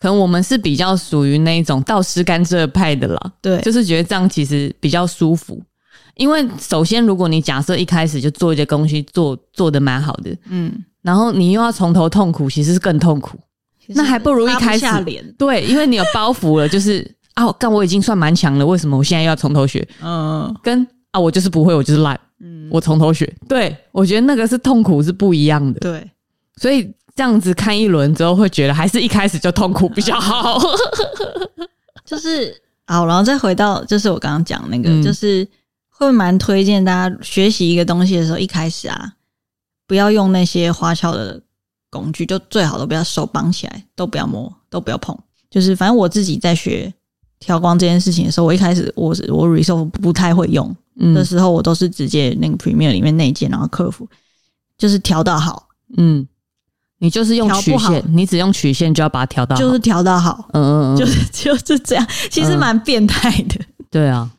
S2: 可能我们是比较属于那一种倒吃甘蔗派的啦，
S1: 对，
S2: 就是觉得这样其实比较舒服。因为首先，如果你假设一开始就做一些东西做做的蛮好的，
S1: 嗯，
S2: 然后你又要从头痛苦，其实是更痛苦。那还不如一开始
S1: 拉不下脸，
S2: 对，因为你有包袱了，就是啊，干我已经算蛮强了，为什么我现在又要从头学？
S1: 嗯
S2: 跟啊，我就是不会，我就是烂，
S1: 嗯，
S2: 我从头学。对，我觉得那个是痛苦是不一样的，
S1: 对，
S2: 所以这样子看一轮之后，会觉得还是一开始就痛苦比较好。
S1: 就是 *laughs* 好，然后再回到就是我刚刚讲那个，
S2: 嗯
S1: 就是会蛮推荐大家学习一个东西的时候，一开始啊，不要用那些花俏的工具，就最好都不要手绑起来，都不要摸，都不要碰。就是反正我自己在学调光这件事情的时候，我一开始我是我 Resolve 不太会用，的
S2: *laughs* 嗯
S1: 时候，我都是直接那个 Premiere 里面内建，然后客服就是调到好，
S2: 嗯，你就是用曲
S1: 调不好
S2: 线，你只用曲线就要把它调到好，
S1: 就是调到好，
S2: 啊
S1: *laughs*
S2: 嗯嗯嗯，
S1: 就是就是这样，其实蛮变态的。
S2: 对啊，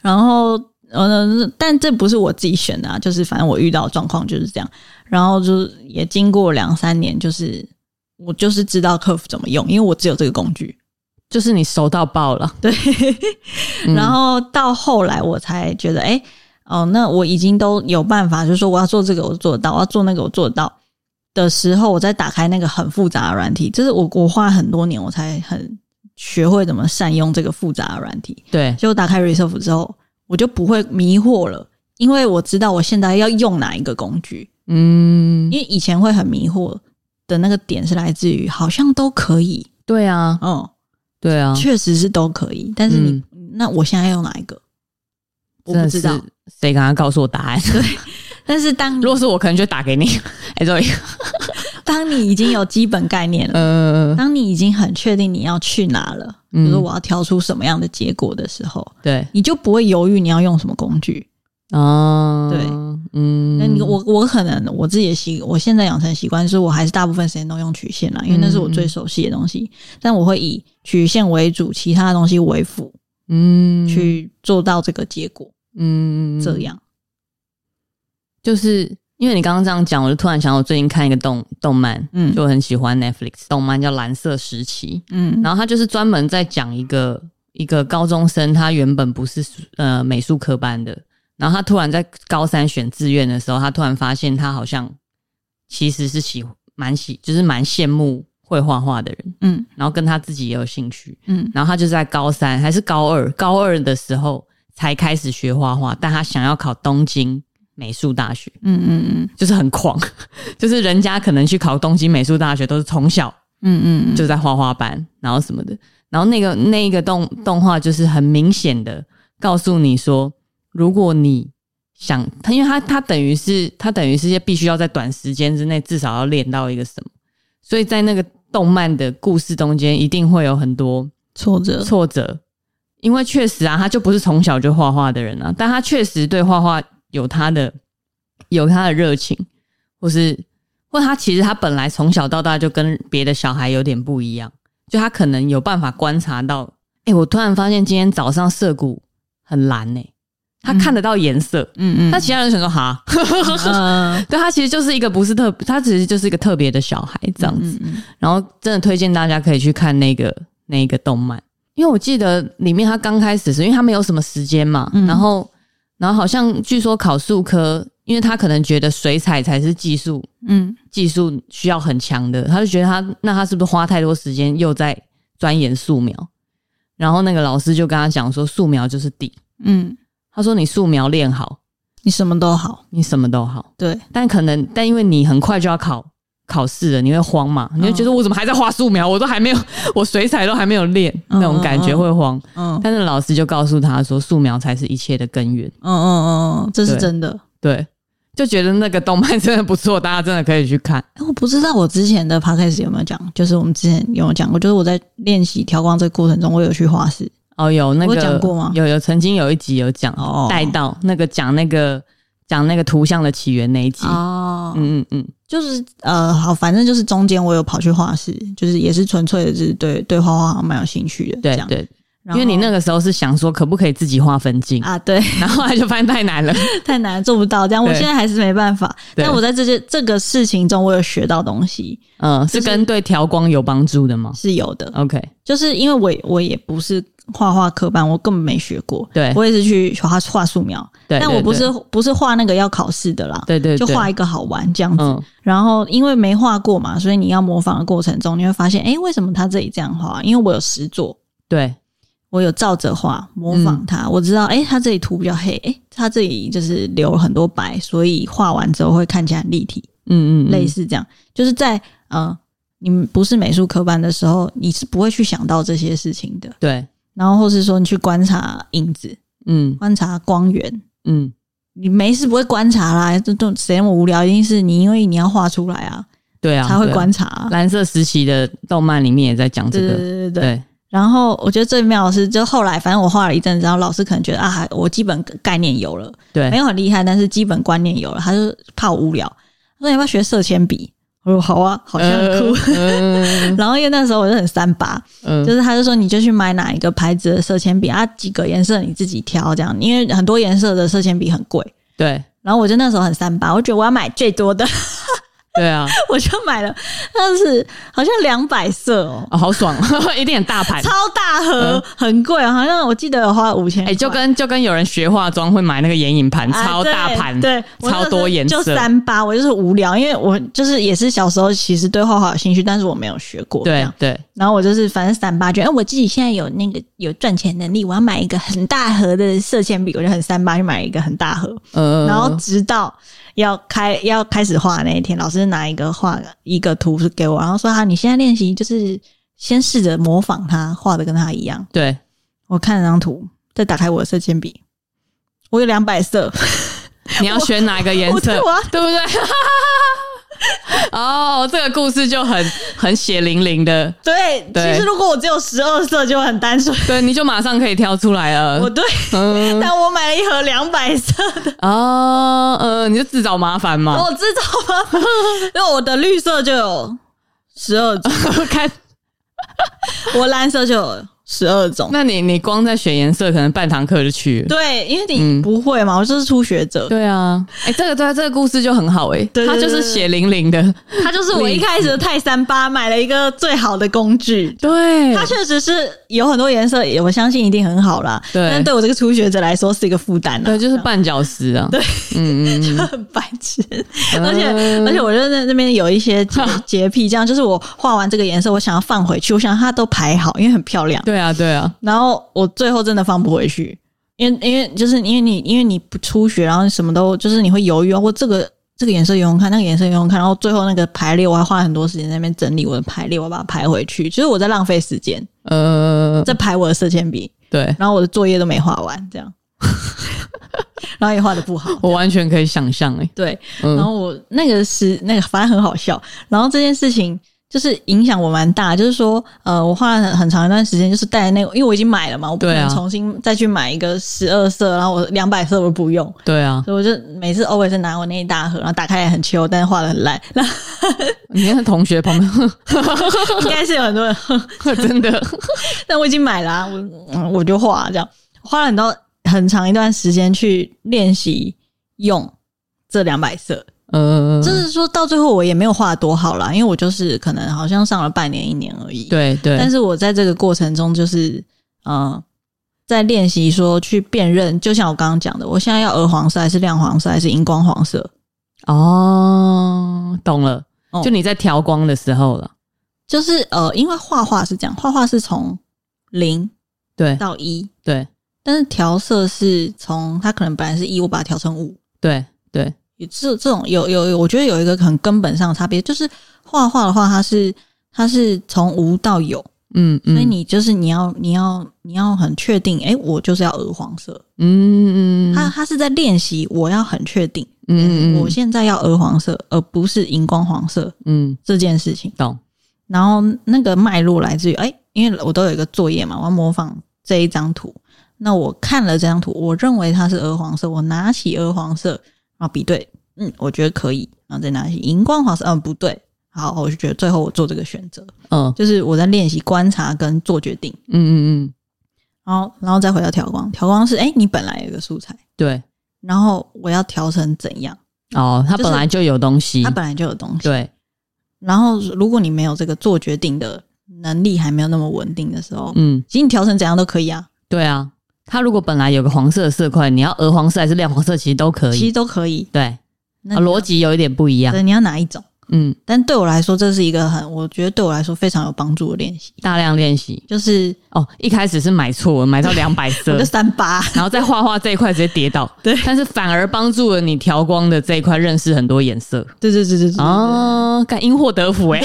S1: 然后呃，但这不是我自己选的、啊，就是反正我遇到的状况就是这样。然后就是也经过两三年，就是我就是知道客服怎么用，因为我只有这个工具。
S2: 就是你熟到爆了， *laughs*
S1: 对，
S2: 嗯
S1: 然后到后来我才觉得，哎、哦，那我已经都有办法，就是说我要做这个我做得到，我要做那个我做得到的时候，我再打开那个很复杂的软体，就是我我花很多年我才很学会怎么善用这个复杂的软体。
S2: 对，
S1: 就打开 Resolve 之后，我就不会迷惑了，因为我知道我现在要用哪一个工具，
S2: 嗯，
S1: 因为以前会很迷惑的那个点是来自于好像都可以，
S2: 对啊，
S1: 嗯，
S2: 对啊，嗯
S1: 确实是都可以，但是你、那我现在要用哪一个？我
S2: 真
S1: 不
S2: 的
S1: 知道
S2: 是，谁刚刚告诉我答案？对，
S1: 但是当
S2: *laughs* 如果是我，可能就打给你。 *laughs* 哎，对，
S1: 当你已经有基本概念了，
S2: 嗯，
S1: 当你已经很确定你要去哪了，比如说我要挑出什么样的结果的时候，
S2: 对
S1: 你就不会犹豫你要用什么工具。
S2: 啊，
S1: 对，
S2: 嗯，
S1: 那你我我可能我自己的习，我现在养成习惯是我还是大部分时间都用曲线啦，因为那是我
S2: 嗯
S1: 最熟悉的东西。但我会以曲线为主，其他的东西为辅，
S2: 嗯，
S1: 去做到这个结果。
S2: 嗯
S1: 这，样，
S2: 就是因为你刚刚这样讲，我就突然想，我最近看一个动动漫，
S1: 嗯
S2: 就我很喜欢 Netflix 动漫叫《蓝色时期》，
S1: 嗯，
S2: 然后他就是专门在讲一个一个高中生，他原本不是呃美术科班的，然后他突然在高三选志愿的时候，他突然发现他好像其实是喜蛮喜，就是蛮羡慕会画画的人，
S1: 嗯
S2: 然后跟他自己也有兴趣，
S1: 嗯
S2: 然后他就在高三还是高二，高二的时候才开始学画画，但他想要考东京美术大学，
S1: 嗯嗯
S2: 就是很狂， *laughs* 就是人家可能去考东京美术大学都是从小
S1: 嗯嗯嗯，
S2: 就在画画班，然后什么的，然后那个那一个动动画就是很明显的告诉你说，如果你想，他因为他他等于是他等于是必须要在短时间之内至少要练到一个什么，所以在那个动漫的故事中间一定会有很多。
S1: 挫折，
S2: 挫折，因为确实啊，他就不是从小就画画的人啊，但他确实对画画有他的有他的热情，或是或他其实他本来从小到大就跟别的小孩有点不一样，就他可能有办法观察到，诶、我突然发现今天早上涩谷很蓝呢、他看得到颜色，
S1: 嗯嗯，
S2: 他其他人想说哈， *laughs*
S1: 嗯
S2: 对他其实就是一个不是特，他其实就是一个特别的小孩这样子。
S1: 嗯嗯
S2: 然后真的推荐大家可以去看那个那个动漫，因为我记得里面他刚开始是因为他没有什么时间嘛，
S1: 嗯
S2: 然后然后好像据说考数科，因为他可能觉得水彩才是技术
S1: 嗯
S2: 技术需要很强的，他就觉得他那他是不是花太多时间又在钻研素描？然后那个老师就跟他讲说，素描就是底，
S1: 嗯，
S2: 他说你素描练好，
S1: 你什么都好，
S2: 你什么都好。
S1: 对，
S2: 但可能但因为你很快就要考考试了，你会慌嘛？你会觉得我怎么还在画素描？我都还没有，我水彩都还没有练，
S1: 嗯
S2: 那种感觉会慌。
S1: 嗯
S2: 但是老师就告诉他说，素描才是一切的根源。
S1: 嗯嗯嗯，这是
S2: 对
S1: 真的。
S2: 对，就觉得那个动漫真的不错，大家真的可以去看。
S1: 哎我不知道我之前的 podcast 有没有讲，就是我们之前有没有讲过，就是我在练习调光这个过程中，我有去画室，
S2: 哦，有那
S1: 我
S2: 个
S1: 有讲过啊吗
S2: 有有曾经有一集有讲
S1: 哦
S2: 带到那个讲那个讲那个图像的起源那一集。
S1: 哦
S2: 嗯嗯嗯，
S1: 就是呃，好，反正就是中间我有跑去画室，就是也是纯粹的，就是对对画画好像蛮有兴趣的，
S2: 对
S1: 这样。
S2: 对，因
S1: 然后
S2: 为你那个时候是想说可不可以自己画
S1: *laughs*
S2: 分镜，
S1: 啊，对，
S2: 然后后来就发现太难了。
S1: 太难做不到，这样我
S2: 对
S1: 现在还是没办法。
S2: 对
S1: 但我在这件这个事情中，我有学到东西
S2: 嗯，
S1: 就是
S2: 是跟对调光有帮助的吗
S1: 是有的，
S2: ？OK，
S1: 就是因为我我也不是画画科班，我根本没学过，
S2: 对
S1: 我也是去画画素描，
S2: 对，
S1: 但
S2: 对
S1: 我不是，不是画那个要考试的啦，
S2: 对对，
S1: 就
S2: 对
S1: 画一个好玩这样子。
S2: 嗯
S1: 然后因为没画过嘛，所以你要模仿的过程中，你会发现，诶，为什么他这里这样画？因为我有实做，
S2: 对，
S1: 我有照着画，模仿他，
S2: 嗯
S1: 我知道，诶，他这里涂比较黑，诶，他这里就是留了很多白，所以画完之后会看起来很立体，
S2: 嗯嗯，嗯
S1: 类似这样，就是在呃，你们不是美术科班的时候，你是不会去想到这些事情的。
S2: 对，
S1: 然后或是说你去观察影子，
S2: 嗯
S1: 观察光源，
S2: 嗯
S1: 你没事不会观察啦，这这谁那么无聊？一定是你因为你要画出来啊，
S2: 对啊，
S1: 才会
S2: 对啊。
S1: 观察、啊。
S2: 蓝色时期的动漫里面也在讲这
S1: 对对
S2: 个，
S1: 对对对。
S2: 对
S1: 然后我觉得最妙的是，就后来反正我画了一阵子，然后老师可能觉得啊，我基本概念有了，没
S2: 对，
S1: 有很厉害，但是基本观念有了，他就怕我无聊，他说你要不要学色铅笔？我说好啊，好像很
S2: 呃
S1: 酷。
S2: 嗯
S1: *laughs* 然后因为那时候我就很三八，
S2: 嗯
S1: 就是他就说你就去买哪一个牌子的色铅笔啊，几个颜色你自己挑这样，因为很多颜色的色铅笔很贵。
S2: 对
S1: 然后我就那时候很三八，我觉得我要买最多的， *laughs*
S2: 对啊，
S1: 我就买了，但是好像两百色哦，
S2: 哦，好爽， *laughs* 一定很大牌
S1: 超。大盒，很贵，好像我记得有花五千
S2: 嗯哎、
S1: 块，
S2: 就跟就跟有人学化妆会买那个眼影盘，
S1: 啊
S2: 超大
S1: 对
S2: 盘，
S1: 对，我
S2: 超
S1: 那时
S2: 多
S1: 候
S2: 颜色
S1: 就三八，我就是无聊，因为我就是也是小时候其实对画画有兴趣，但是我没有学过，这
S2: 对
S1: 样
S2: 对
S1: 然后我就是反正三八，觉得哎，我自己现在有那个有赚钱能力，我要买一个很大盒的色铅笔，我就很三八去买一个很大盒。
S2: 嗯，
S1: 然后直到要开要开始画那一天，老师拿一个画一个图是给我，然后说啊，你现在练习就是先试着模仿他画的跟他一样。
S2: 对，
S1: 我看了张图，再打开我的色铅笔，我有两百色，
S2: 你要选哪一个颜
S1: 我
S2: 色
S1: 对我要，
S2: *laughs* 对不对？哦，这个故事就很很血淋淋的，
S1: 对，
S2: 对
S1: 其实如果我只有十二色就很单纯。
S2: 对，你就马上可以挑出来
S1: 我
S2: 了。
S1: 对，
S2: 嗯，
S1: 但我买了一盒两百色的，
S2: 哦，呃，你就自找麻烦嘛。
S1: 我知道吗？ *laughs* 因为我的绿色就有十二种，
S2: *laughs* 看，
S1: 我蓝色就有十二种。
S2: 那你你光在选颜色，可能半堂课就去了。
S1: 对，因为
S2: 嗯
S1: 你不会嘛，我就是初学者，
S2: 对啊，哎、这个对、啊、这个故事就很好哎、
S1: 对对
S2: 它就是血淋淋的，
S1: 他就是我
S2: 嗯
S1: 一开始的泰三八买了一个最好的工具。
S2: 对，
S1: 它确实是有很多颜色，我相信一定很好啦。
S2: 对
S1: 但对我这个初学者来说是一个负担啊，
S2: 对，就是绊脚石啊，对，嗯呃嗯，
S1: 很白痴。 *laughs* 而且而且，我就在那边有一些洁洁癖，这样就是我画完这个颜色，我想要放回去，我想它都排好，因为很漂亮。
S2: 对啊对啊，
S1: 然后我最后真的放不回去，因为因为就是因为你因为你不初学，然后什么都就是你会犹豫啊，我这个这个颜色用用看，那个颜色用用看，然后最后那个排列我还花很多时间在那边整理我的排列，我要把它排回去，就是我在浪费时间
S2: 呃，
S1: 在排我的色铅笔，
S2: 对
S1: 然后我的作业都没画完，这样， *laughs* 然后也画的不好。
S2: 我完全可以想象哎、
S1: 对，
S2: 嗯
S1: 然后我那个是那个，反正很好笑。然后这件事情就是影响我蛮大，就是说，呃，我花了很很长一段时间，就是带那个，因为我已经买了嘛，我不
S2: 对啊
S1: 能重新再去买一个十二色，然后我两百色我都不用，
S2: 对啊，
S1: 所以我就每次 always 拿我那一大盒，然后打开来很秋，但是画的很烂。 *laughs* 那
S2: 你看同学旁边， *laughs*
S1: 应该是有很多人， *laughs* 哼
S2: 真的，
S1: 但我已经买了、啊，我嗯我就画这样，花了很多很长一段时间去练习用这两百色。
S2: 呃，
S1: 就是说到最后我也没有画得多好啦，因为我就是可能好像上了半年一年而已。，
S2: 对对，
S1: 但是我在这个过程中就是呃，在练习说去辨认，就像我刚刚讲的，我现在要鹅黄色还是亮黄色还是荧光黄色，
S2: 哦，懂了，
S1: 哦
S2: 就你在调光的时候了，
S1: 就是呃，因为画画是这样，画画是从零
S2: 对
S1: 到一，
S2: 对
S1: 但是调色是从它可能本来是一，我把它调成五。
S2: 对对，
S1: 有这这种有有有，我觉得有一个很根本上的差别，就是画画的话，它是它是从无到有，
S2: 嗯嗯，
S1: 所以你就是你要你要你要很确定，哎、我就是要鹅黄色。
S2: 嗯嗯
S1: 他他是在练习，我要很确定，
S2: 嗯嗯
S1: 我现在要鹅黄色，而不是荧光黄色
S2: 嗯，
S1: 这件事情。
S2: 懂，
S1: 然后那个脉络来自于，哎、因为我都有一个作业嘛，我要模仿这一张图。那我看了这张图，我认为它是鹅黄色，我拿起鹅黄色，然后比对，嗯，我觉得可以，然后再拿起荧光黄色，嗯，不对，好，我就觉得最后我做这个选择，
S2: 嗯
S1: 就是我在练习观察跟做决定。
S2: 嗯嗯嗯，
S1: 然后然后再回到调光，调光是哎、诶你本来有一个素材，
S2: 对，
S1: 然后我要调成怎样？
S2: 哦，它
S1: 就是
S2: 本来就有东西
S1: 它，本来就有东西。
S2: 嗯对，
S1: 然后如果你没有这个做决定的能力，还没有那么稳定的时候，
S2: 嗯，
S1: 其实你调成怎样都可以啊，
S2: 对啊，它如果本来有个黄色的色块，你要鹅黄色还是亮黄色，其实都可
S1: 其
S2: 以
S1: 实，都可以。
S2: 对，
S1: 那
S2: 啊逻辑啊有一点不一样，
S1: 对，你要哪一种？
S2: 嗯，
S1: 但对我来说，这是一个很，我觉得对我来说非常有帮助的练习，
S2: 大量练习。
S1: 就是
S2: 哦，一开始是买错了，买到两百
S1: 我 *laughs*
S2: 色
S1: 就，三八，
S2: *laughs* 然后在画画这一块直接跌 *laughs* 倒，
S1: 对，
S2: 但是反而帮助了你调光的这一块认识很多颜色。
S1: 对对对对对， *laughs*
S2: 哦，干因祸得 *laughs* 福哎、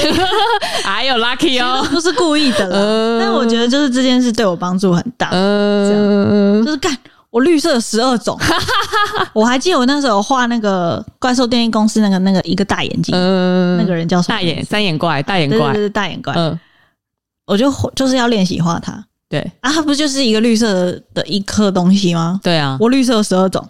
S2: 哎呦 lucky
S1: 都
S2: *laughs* 哦，
S1: 不是故意的
S2: 呃
S1: 啦。但我觉得就是这件事对我帮助很大。
S2: 嗯，
S1: 就是干我绿色十二
S2: *laughs*
S1: 种，我还记得我那时候画那个怪兽电力公司那个那个一个大眼睛，
S2: 嗯
S1: 那个人叫什么
S2: 大眼三眼怪，大眼
S1: 对对
S2: 怪，
S1: 对大眼怪，
S2: 嗯，
S1: 我就就是要练习画它
S2: 对
S1: 啊，它不就是一个绿色的一颗东西吗？
S2: 对啊，
S1: 我绿色十二种，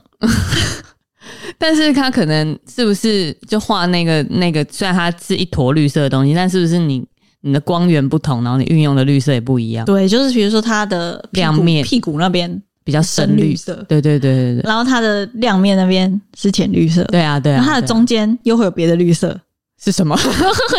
S2: 但是他可能是不是就画那个那个，虽然它是一坨绿色的东西，但是不是你你的光源不同，然后你运用的绿色也不一样，
S1: 对，就是比如说它的屁股
S2: 亮面
S1: 屁股那边
S2: 比较深
S1: 深
S2: 绿
S1: 绿。色，
S2: 对对对对对
S1: 然后它的亮面那边是浅绿色，
S2: 对啊对啊！
S1: 然后它的
S2: 对啊
S1: 中间又会有别的绿色，
S2: 是
S1: *laughs*
S2: 什么？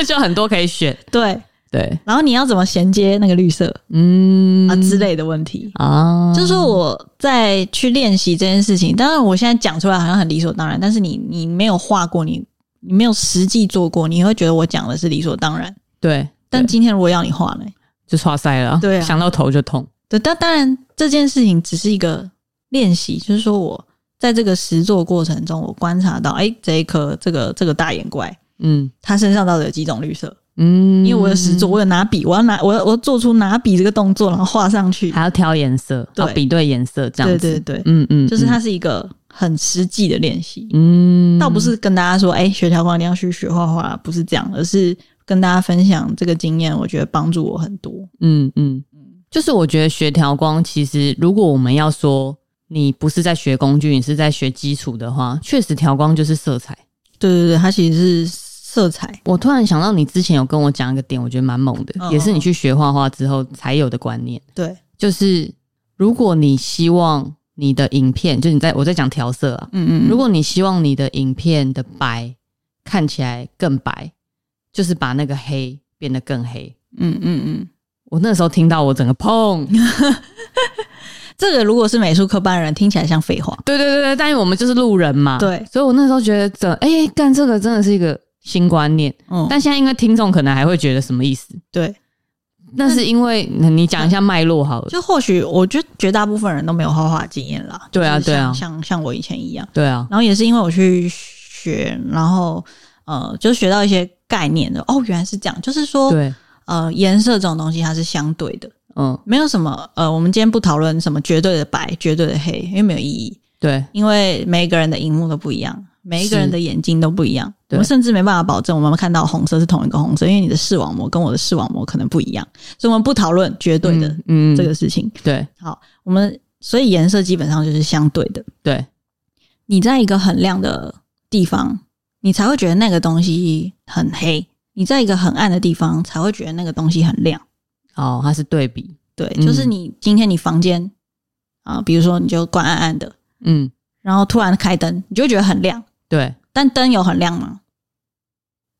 S2: 就很多可以选。
S1: 对。
S2: 对，
S1: 然后你要怎么衔接那个绿色
S2: 嗯
S1: 啊之类的问题，
S2: 啊，
S1: 就是说我在去练习这件事情。当然，我现在讲出来好像很理所当然，但是你你没有画过，你你没有实际做过，你会觉得我讲的是理所当然。
S2: 对，
S1: 但
S2: 对
S1: 今天如果要你画呢？
S2: 就刷塞了，
S1: 对啊
S2: 想到头就痛。
S1: 对，但当然这件事情只是一个练习，就是说我在这个实做过程中，我观察到，哎，这一颗这个这个大眼怪，
S2: 嗯
S1: 它身上到底有几种绿色？
S2: 嗯，
S1: 因为我有实做，我有拿笔，我要拿我要我要做出拿笔这个动作，然后画上去。
S2: 还要挑颜色，
S1: 对
S2: 要比对颜色这样
S1: 对
S2: 子。
S1: 对对，
S2: 嗯嗯，
S1: 就是它是一个很实际的练习，
S2: 嗯，嗯，
S1: 倒不是跟大家说，哎，学跳光一定要去学画画，不是这样，而是跟大家分享这个经验，我觉得帮助我很多。
S2: 嗯嗯，就是我觉得学调光，其实如果我们要说你不是在学工具，你是在学基础的话，确实调光就是色彩。
S1: 对对对，它其实是色彩，
S2: 我突然想到，你之前有跟我讲一个点，我觉得蛮猛的，
S1: 嗯
S2: 也是你去学画画之后才有的观念，
S1: 对，
S2: 就是如果你希望你的影片，就你在我在讲调色啊，
S1: 嗯嗯，
S2: 如果你希望你的影片的白看起来更白，就是把那个黑变得更黑。
S1: 嗯嗯嗯。
S2: 我那时候听到，我整个
S1: *laughs*
S2: 砰，
S1: 这个如果是美术科班的人，听起来像废话。
S2: 对对对对，但是我们就是路人嘛，
S1: 对
S2: 所以我那时候觉得整，哎，干这个真的是一个新观念，
S1: 嗯，
S2: 但现在因为听众可能还会觉得什么意思？
S1: 对，
S2: 那是因为你讲一下脉络好了，
S1: 就或许我觉得绝大部分人都没有画画经验啦。
S2: 对啊
S1: 就是
S2: 对啊
S1: 像像像我以前一样。
S2: 对啊，
S1: 然后也是因为我去学，然后呃，就学到一些概念的。哦，原来是这样，就是说，
S2: 对，
S1: 呃，颜色这种东西它是相对的，
S2: 嗯，
S1: 没有什么呃，我们今天不讨论什么绝对的白、绝对的黑，因为没有意义，
S2: 对
S1: 因为每一个人的荧幕都不一样。每一个人
S2: 是
S1: 的眼睛都不一样，我
S2: 对
S1: 们甚至没办法保证我们看到红色是同一个红色，因为你的视网膜跟我的视网膜可能不一样，所以我们不讨论绝对的
S2: 嗯，嗯，
S1: 这个事情。
S2: 对
S1: 好，我们所以颜色基本上就是相对的，
S2: 对，
S1: 你在一个很亮的地方，你才会觉得那个东西很黑；你在一个很暗的地方，才会觉得那个东西很亮。
S2: 哦，它是对比，
S1: 对，
S2: 嗯
S1: 就是你今天你房间啊、比如说你就关暗暗的，
S2: 嗯，
S1: 然后突然开灯，你就会觉得很亮。
S2: 对，
S1: 但灯有很亮吗？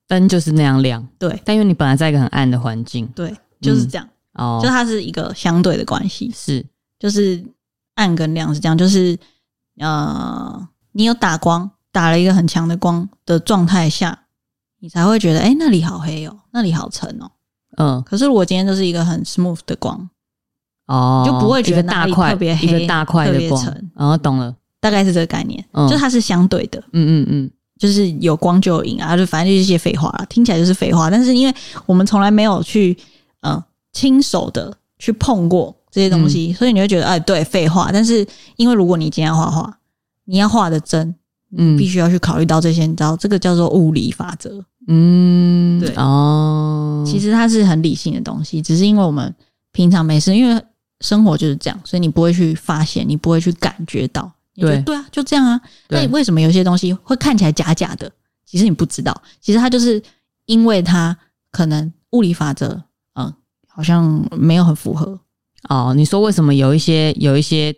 S2: 灯就是那样亮，
S1: 对，
S2: 但因为你本来在一个很暗的环境，
S1: 对，就是这样。
S2: 哦，
S1: 就它是一个相对的关系，
S2: 是，
S1: 就是暗跟亮是这样。就是呃，你有打光，打了一个很强的光的状态下，你才会觉得，哎、那里好黑哦，那里好沉哦。
S2: 嗯，
S1: 可是我今天就是一个很 smooth 的光，
S2: 哦，
S1: 就不会觉得
S2: 一个
S1: 哪
S2: 大
S1: 里
S2: 块
S1: 特别
S2: 一
S1: 黑
S2: 个大块
S1: 特
S2: 的
S1: 别
S2: 光
S1: 沉，
S2: 然后懂了，
S1: 大概是这个概念，
S2: 嗯
S1: 就它是相对的，
S2: 嗯嗯嗯，
S1: 就是有光就有影啊，就反正就是一些废话啦，听起来就是废话。但是因为我们从来没有去呃亲手的去碰过这些东西，所以你会觉得哎对废话。但是因为如果你今天要画画，你要画的真，
S2: 嗯
S1: 必须要去考虑到这些，你知道这个叫做物理法则。
S2: 嗯，
S1: 对
S2: 哦，
S1: 其实它是很理性的东西，只是因为我们平常没事，因为生活就是这样，所以你不会去发现，你不会去感觉到。你觉得
S2: 对
S1: 对啊，就这样啊。那
S2: 对
S1: 你为什么有些东西会看起来假假的？其实你不知道，其实它就是因为它可能物理法则，嗯，好像没有很符合，
S2: 哦，你说为什么有一些有一些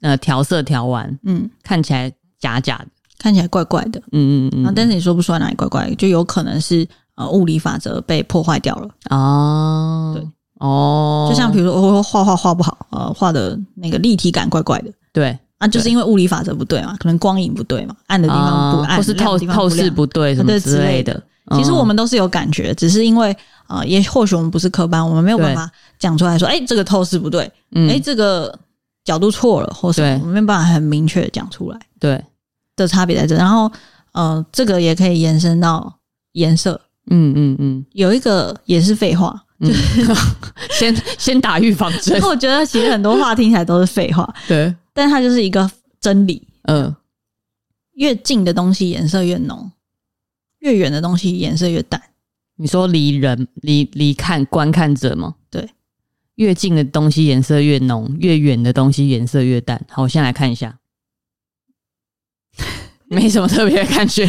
S2: 呃调色调完
S1: 嗯，
S2: 看起来假假的？
S1: 看起来怪怪的，
S2: 嗯嗯嗯，
S1: 然啊后但是你说不出来哪里怪怪的，就有可能是呃物理法则被破坏掉了。
S2: 哦，
S1: 对
S2: 哦，
S1: 就像比
S2: 如
S1: 如说我画画画不好，呃，画的那个立体感怪怪的。
S2: 对
S1: 啊，就是因为物理法则不对嘛，可能光影不对嘛，暗的地方不
S2: 啊
S1: 暗，
S2: 或是
S1: 亮
S2: 透
S1: 的地方
S2: 透视
S1: 亮啊
S2: 不对什么
S1: 对
S2: 之
S1: 之
S2: 类
S1: 类
S2: 的。
S1: 其实
S2: 嗯
S1: 我们都是有感觉，只是因为呃，也或许我们不是科班，我们没有办法讲出来说，哎、这个透视不对，哎、
S2: 嗯
S1: 这个角度错了，或什么
S2: 对
S1: 我们没办法很明确的讲出来
S2: 对
S1: 的差别在这。然后，呃，这个也可以延伸到颜色，
S2: 嗯嗯嗯，
S1: 有一个也是废话，
S2: 先先打预防
S1: *laughs*
S2: 针
S1: 因为。我觉得其实很多话听起来都是废话，
S2: 对，
S1: 但它就是一个真理，
S2: 嗯
S1: 越近的东西颜色越浓，越远的东西颜色越淡。
S2: 你说离人离离看观看者吗？
S1: 对，
S2: 越近的东西颜色越浓，越远的东西颜色越淡。好，我先来看一下。没什么特别的感觉。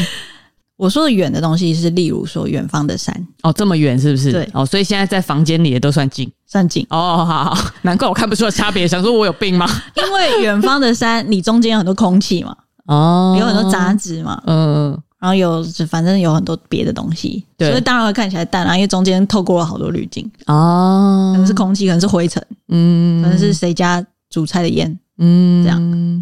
S1: 我说的远的东西是，例如说远方的山，
S2: 哦，这么远是不是？
S1: 对
S2: 哦，所以现在在房间里的都算近。
S1: 算近，
S2: 哦，好好，难怪我看不出来差别，想说我有
S1: *laughs*
S2: 病吗？
S1: 因为远方的山，你中间有很多空气嘛，
S2: 哦
S1: 有很多杂，质嘛，
S2: 嗯、
S1: 然后有就反正有很多别的东西，
S2: 对
S1: 所以当然会看起来淡啊，因为中间透过了好多滤镜，可能
S2: 哦，
S1: 是空气，可能是灰尘，
S2: 嗯
S1: 可能是谁家煮菜的烟，
S2: 嗯
S1: 这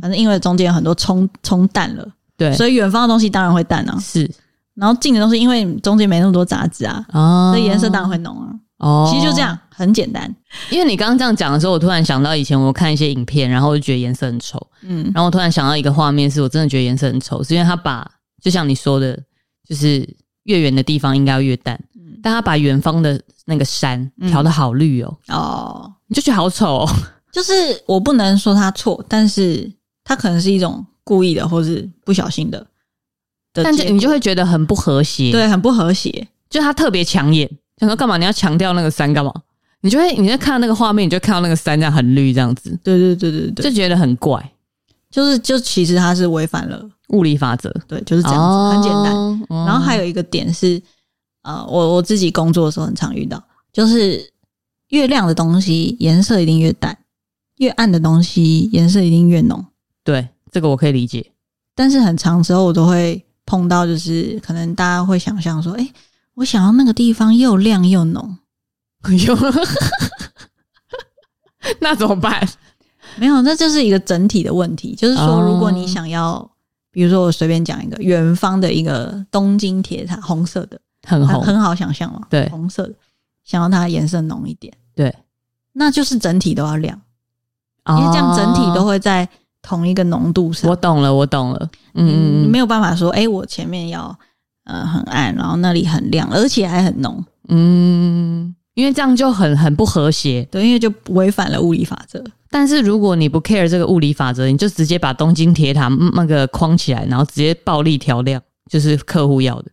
S1: 反正因为中间有很多冲冲淡了，
S2: 对，
S1: 所以远方的东西当然会淡啊，
S2: 是
S1: 然后近的东西因为中间没那么多杂质啊，
S2: 哦，
S1: 所以颜色当然会浓啊，
S2: 哦，
S1: 其实就这样，很简单，
S2: 因为你刚刚这样讲的时候，我突然想到以前我看一些影片，然后我就觉得颜色很丑，
S1: 嗯，
S2: 然后我突然想到一个画面，是我真的觉得颜色很丑，是因为他把就像你说的，就是越远的地方应该要越淡，
S1: 嗯
S2: 但他把远方的那个山调的好绿哦，
S1: 哦，
S2: 你就觉得好丑
S1: *laughs*
S2: 哦，
S1: 就是我不能说它错，但是它可能是一种故意的，或是不小心的的结果，
S2: 但就你就会觉得很不和谐，，
S1: 对很不和谐，
S2: 就他特别抢眼，想说干嘛你要强调那个山干嘛？你就会你在看到那个画面，你就看到那个山这样很绿这样子，
S1: 对对对对对，
S2: 就觉得很怪，
S1: 就是就其实它是违反了，
S2: 物理法则，
S1: 对，就是这样子，很简单。
S2: 单。哦
S1: 然后还有一个点是，呃，我我自己工作的时候很常遇到，就是越亮的东西颜色一定越淡，越暗的东西颜色一定越浓。
S2: 对这个我可以理解，
S1: 但是很长时候我都会碰到，就是可能大家会想象说，哎、我想要那个地方又亮又浓，
S2: 有，
S1: *laughs*
S2: 那怎么办？
S1: 没有，那就是一个整体的问题。就是说，
S2: 哦
S1: 如果你想要，比如说我随便讲一个远方的一个东京铁塔，红色的，
S2: 很
S1: 很
S2: 红，
S1: 很好想象嘛，
S2: 对
S1: 红色的，想要它颜色浓一点，
S2: 对，哦
S1: 那就是整体都要亮，
S2: 因
S1: 因为这样整体都会在同一个浓度上
S2: 我。懂了，我懂了，嗯
S1: 嗯，
S2: 嗯
S1: 没有办法说，哎、我前面要呃很暗，然后那里很亮，而且还很浓，
S2: 嗯，因为这样就很很不和谐。
S1: 对，因为就违反了物理法则。
S2: 但是如果你不 care 这个物理法则，你就直接把东京铁塔嗯那个框起来，然后直接暴力调亮，就是客户要的，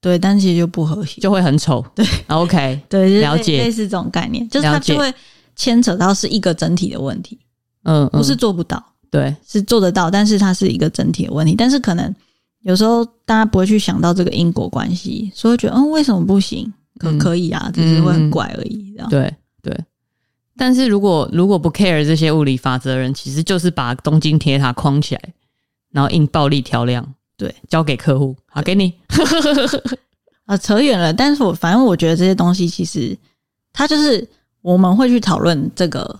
S1: 对，但其实就不和谐。
S2: 就会很丑。
S1: 对
S2: ，OK，
S1: 对，就是
S2: 了
S1: 类
S2: 解
S1: 类似这种概念，就是它
S2: 了解
S1: 就会牵扯到是一个整体的问题，
S2: 嗯，嗯
S1: 不是做不到，
S2: 对，
S1: 是做得到，但是它是一个整体的问题。但是可能有时候大家不会去想到这个因果关系，所以会觉得嗯，为什么不行？可
S2: 嗯
S1: 可以啊，只是会很怪而已。这样
S2: 对对。但是如果如果不 care 这些物理法则的人，其实就是把东京铁塔框起来，然后硬暴力调亮，
S1: 对，
S2: 交给客户，好给你。
S1: 啊，扯远了。但是我反正我觉得这些东西其实它就是我们会去讨论这个。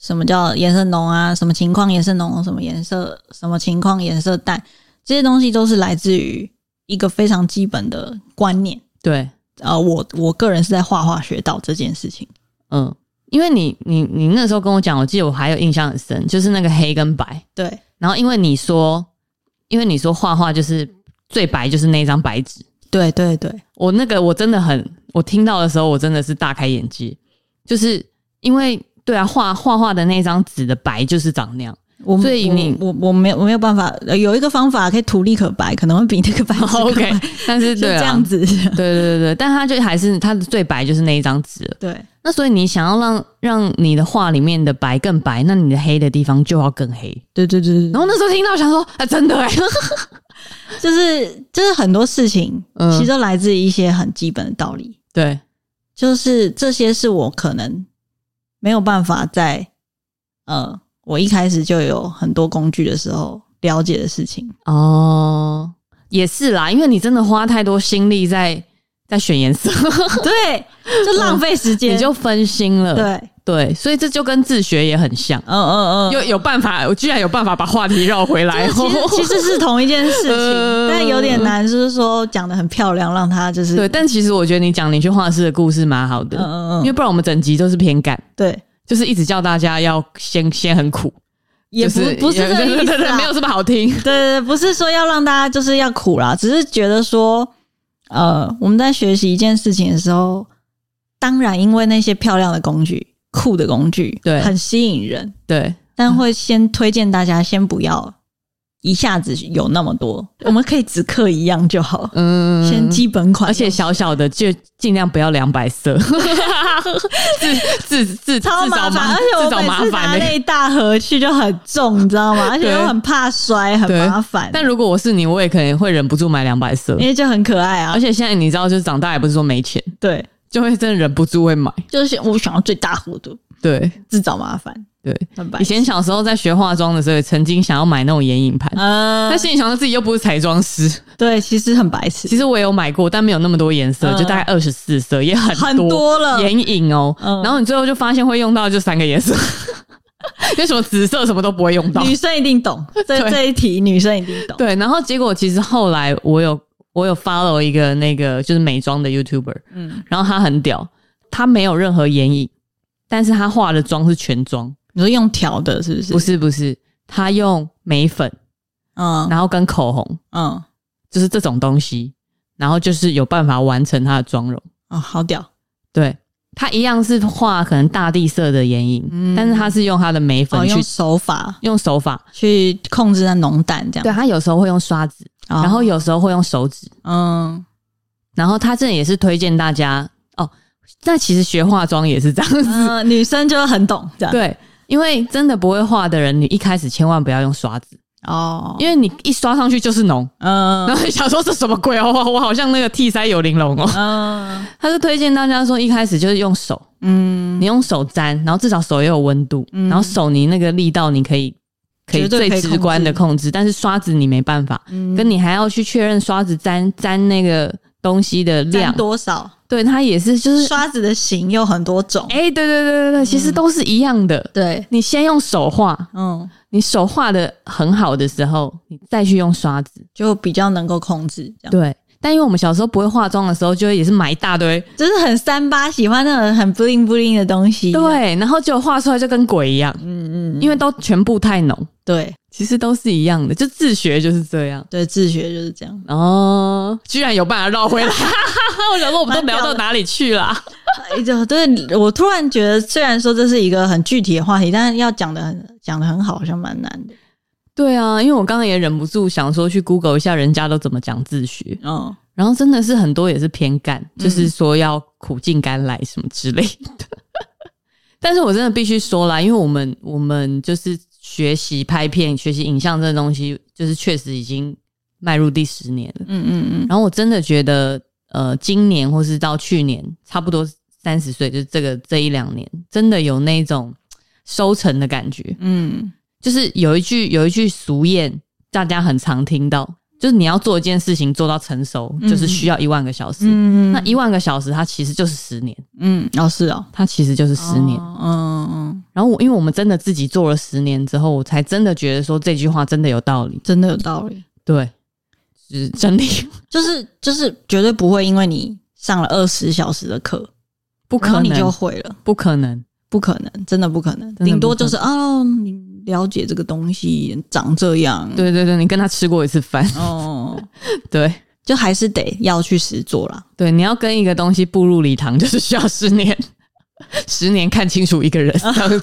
S1: 什么叫颜色浓啊？什么情况颜色浓？什么颜色？什么情况颜色淡？这些东西都是来自于一个非常基本的观念。
S2: 对，
S1: 呃，我我个人是在画画学到这件事情。
S2: 嗯，因为你你你那时候跟我讲，我记得我还有印象很深，就是那个黑跟白。
S1: 对
S2: 然后因为你说，因为你说画画就是最白就是那张白纸，
S1: 对对对，
S2: 我那个我真的很，我听到的时候我真的是大开眼界，就是因为对啊，画画画的那张纸的白就是长那样。
S1: 我
S2: 所以你
S1: 我我我没有我没有办法，呃有一个方法可以图立可白，可能会比那个白纸更
S2: 哦 OK，
S1: 白
S2: 但
S1: *laughs*
S2: 是
S1: 是
S2: 对啊
S1: 这样，子。
S2: *laughs* 对对对对，但他就还是他的最白就是那一张纸了。
S1: 对
S2: 那所以你想要让让你的画里面的白更白，那你的黑的地方就要更黑。
S1: 对对对，
S2: 然后那时候听到想说，啊，真的哎、
S1: 就是就是很多事情
S2: 嗯
S1: 其实都来自于一些很基本的道理，
S2: *laughs* 对，
S1: 就是这些是我可能没有办法在呃我一开始就有很多工具的时候了解的事
S2: *laughs*
S1: 情。
S2: 哦，也是啦，因为你真的花太多心力在在选颜色，
S1: 对，就浪费时间，
S2: 你就分心了。
S1: 对，
S2: 对，所以这就跟自学也很像，
S1: 嗯嗯嗯，
S2: 呃有有办法，我居然有办法把话题绕回来。哦
S1: *laughs* 其实
S2: *laughs*
S1: 其实是同一件事情，
S2: 呃
S1: 但有点难，就是说讲的很漂亮，让他就是
S2: 对，但其实我觉得你讲你去画室的故事蛮好的，
S1: 嗯嗯
S2: 因为
S1: 嗯，
S2: 不然我们整集都是偏感，
S1: 对，
S2: 就是一直叫大家要先先很苦，
S1: 也不
S2: 就
S1: 不是这个
S2: 对
S1: 意
S2: 对
S1: 思
S2: 对， *laughs*
S1: 啊，
S2: 没有这么好听。
S1: *laughs* 对对对，不是说要让大家就是要苦啦，只是觉得说，呃，我们在学习一件事情的时候，当然因为那些漂亮的工具、酷的工具，
S2: 对
S1: 很吸引人，
S2: 对
S1: 但会先推荐大家先不要一下子有那么多，我们可以只刻一样就好，
S2: 嗯，
S1: 先基本款，
S2: 而且小小的就尽量不要两
S1: *laughs*
S2: 百色，自自自
S1: 超
S2: 自
S1: 麻
S2: 找
S1: 烦，
S2: 麻
S1: 而且
S2: 自
S1: 我
S2: 找麻
S1: 每次拿
S2: 烦、
S1: 那
S2: 欸。
S1: 一大盒去就很重，你知道吗？而且又很怕摔，很
S2: 对
S1: 麻烦。
S2: *laughs* 但如果我是你，我也可能会忍不住买两百色
S1: 因。为就很可爱啊
S2: 而，且现在你知道，就是长大也不是说没钱，
S1: 对，
S2: 就会真的忍不住会买。
S1: 就是我想要最大幅度，
S2: 对
S1: 自找麻烦，
S2: 对，
S1: 很白痴。
S2: 以前小时候在学化妆的时候，也曾经想要买那种眼影盘，
S1: 呃
S2: 但，心里想到自己又不是彩妆师。
S1: 对，其实很白痴，
S2: 其实我也有买过，但没有那么多颜色，
S1: 嗯
S2: 就大概二十四色，也很
S1: 很多了
S2: 眼影哦。
S1: 嗯
S2: 然后你最后就发现会用到就三个
S1: *laughs*
S2: 颜色，因为什么紫色什么都不会用到。
S1: 女生一定懂，这
S2: 对
S1: 这一题女生一定懂。
S2: *laughs* 对，然后结果其实后来我有我有 follow 一个那个就是美妆的 YouTuber，
S1: 嗯，
S2: 然后他很屌，他没有任何眼影，但是他化的妆是全妆，
S1: 你说用调的是不是？
S2: 不，是不是，他用眉粉，
S1: 嗯
S2: 然后跟口红，
S1: 嗯，
S2: 就是这种东西，然后就是有办法完成他的妆容。
S1: 哦，好屌，
S2: 对，他一样是画可能大地色的眼影，
S1: 嗯
S2: 但是他是用他的眉粉
S1: 哦，
S2: 去、
S1: 用手法
S2: 用手法，
S1: 去控制那浓淡这
S2: 对
S1: 样。
S2: 他有时候会用刷子，
S1: 哦
S2: 然后有时候会用手指，
S1: 嗯，
S2: 然后他这也是推荐大家哦。那其实学化妆也是这样子，
S1: 呃，女生就很懂这样。
S2: *laughs* 对，因为真的不会画的人，你一开始千万不要用刷子，
S1: 哦，
S2: 因为你一刷上去就是浓，
S1: 嗯
S2: 然后你想说这什么鬼哦，我我好像那个替腮有玲珑哦。
S1: 嗯
S2: *laughs* 他是推荐大家说，一开始就是用手，
S1: 嗯，
S2: 你用手沾，然后至少手也有温度，
S1: 嗯
S2: 然后手你那个力道你可以可以
S1: 绝对
S2: 最
S1: 可以
S2: 直观的控制，但是刷子你没办法，
S1: 嗯
S2: 跟你还要去确认刷子沾沾那个东西的
S1: 占
S2: 量，
S1: 多少？
S2: 对，它也是就是，
S1: 刷子的型有很多种。
S2: 哎、对对对对对，其实都是一样的。
S1: 对，
S2: 你先用手画，
S1: 嗯，
S2: 你手画的很好的时候，你再去用刷子。
S1: 就比较能够控制，这样
S2: 对，但因为我们小时候不会化妆的时候，就会也是买一大堆，
S1: 就是很三八，喜欢那种很 bling bling 的东西。
S2: 对，然后结果画出来就跟鬼一样，
S1: 嗯，嗯嗯，
S2: 因为都全部太浓，
S1: 对
S2: 其实都是一样的，就自学就是这样。
S1: 对，自学就是这样。
S2: 然后哦居然有办法绕回来， *laughs* 我想说我们都聊到哪里去啦？
S1: 哎，就对我突然觉得，虽然说这是一个很具体的话题，但是要讲的很讲的很好，好像蛮难的。
S2: 对啊，因为我刚刚也忍不住想说去 Google 一下人家都怎么讲自学，
S1: 嗯，
S2: 然后真的是很多也是偏干，就是说要苦尽甘来什么之类的。 *laughs* 但是我真的必须说啦，因为我们我们就是学习拍片、学习影像这东西，就是确实已经迈入第十年了。
S1: 嗯嗯嗯，
S2: 然后我真的觉得，呃，今年或是到去年，差不多三十岁，就是这个这一两年，真的有那种收成的感觉。
S1: 嗯，
S2: 就是有一句有一句俗谚，大家很常听到，就是你要做一件事情做到成熟，
S1: 嗯
S2: 就是需要一万个小时。
S1: 嗯
S2: 那一万个小时，它其实就是十年，
S1: 嗯，哦是哦，
S2: 它其实就是十年。
S1: 哦嗯嗯，
S2: 然后我因为我们真的自己做了十年之后，我才真的觉得说这句话真的有道理，
S1: 真的有道理，
S2: 对，就是真理
S1: 就是就是绝对不会因为你上了二十小时的课，
S2: *laughs* 不
S1: 然后
S2: 可
S1: 你就
S2: 能，
S1: 会了。
S2: 不可能。
S1: 不可能，真的不可能，
S2: 的
S1: 顶多
S2: 不可
S1: 就是哦，你了解这个东西长这样，，
S2: 对对对，你跟他吃过一次饭，
S1: 哦，
S2: 对
S1: 就还是得要去实做 *laughs* 啦。
S2: 对，你要跟一个东西步入礼堂，就是需要十年， *laughs* 十年看清楚
S1: *laughs*
S2: 一个人这样子。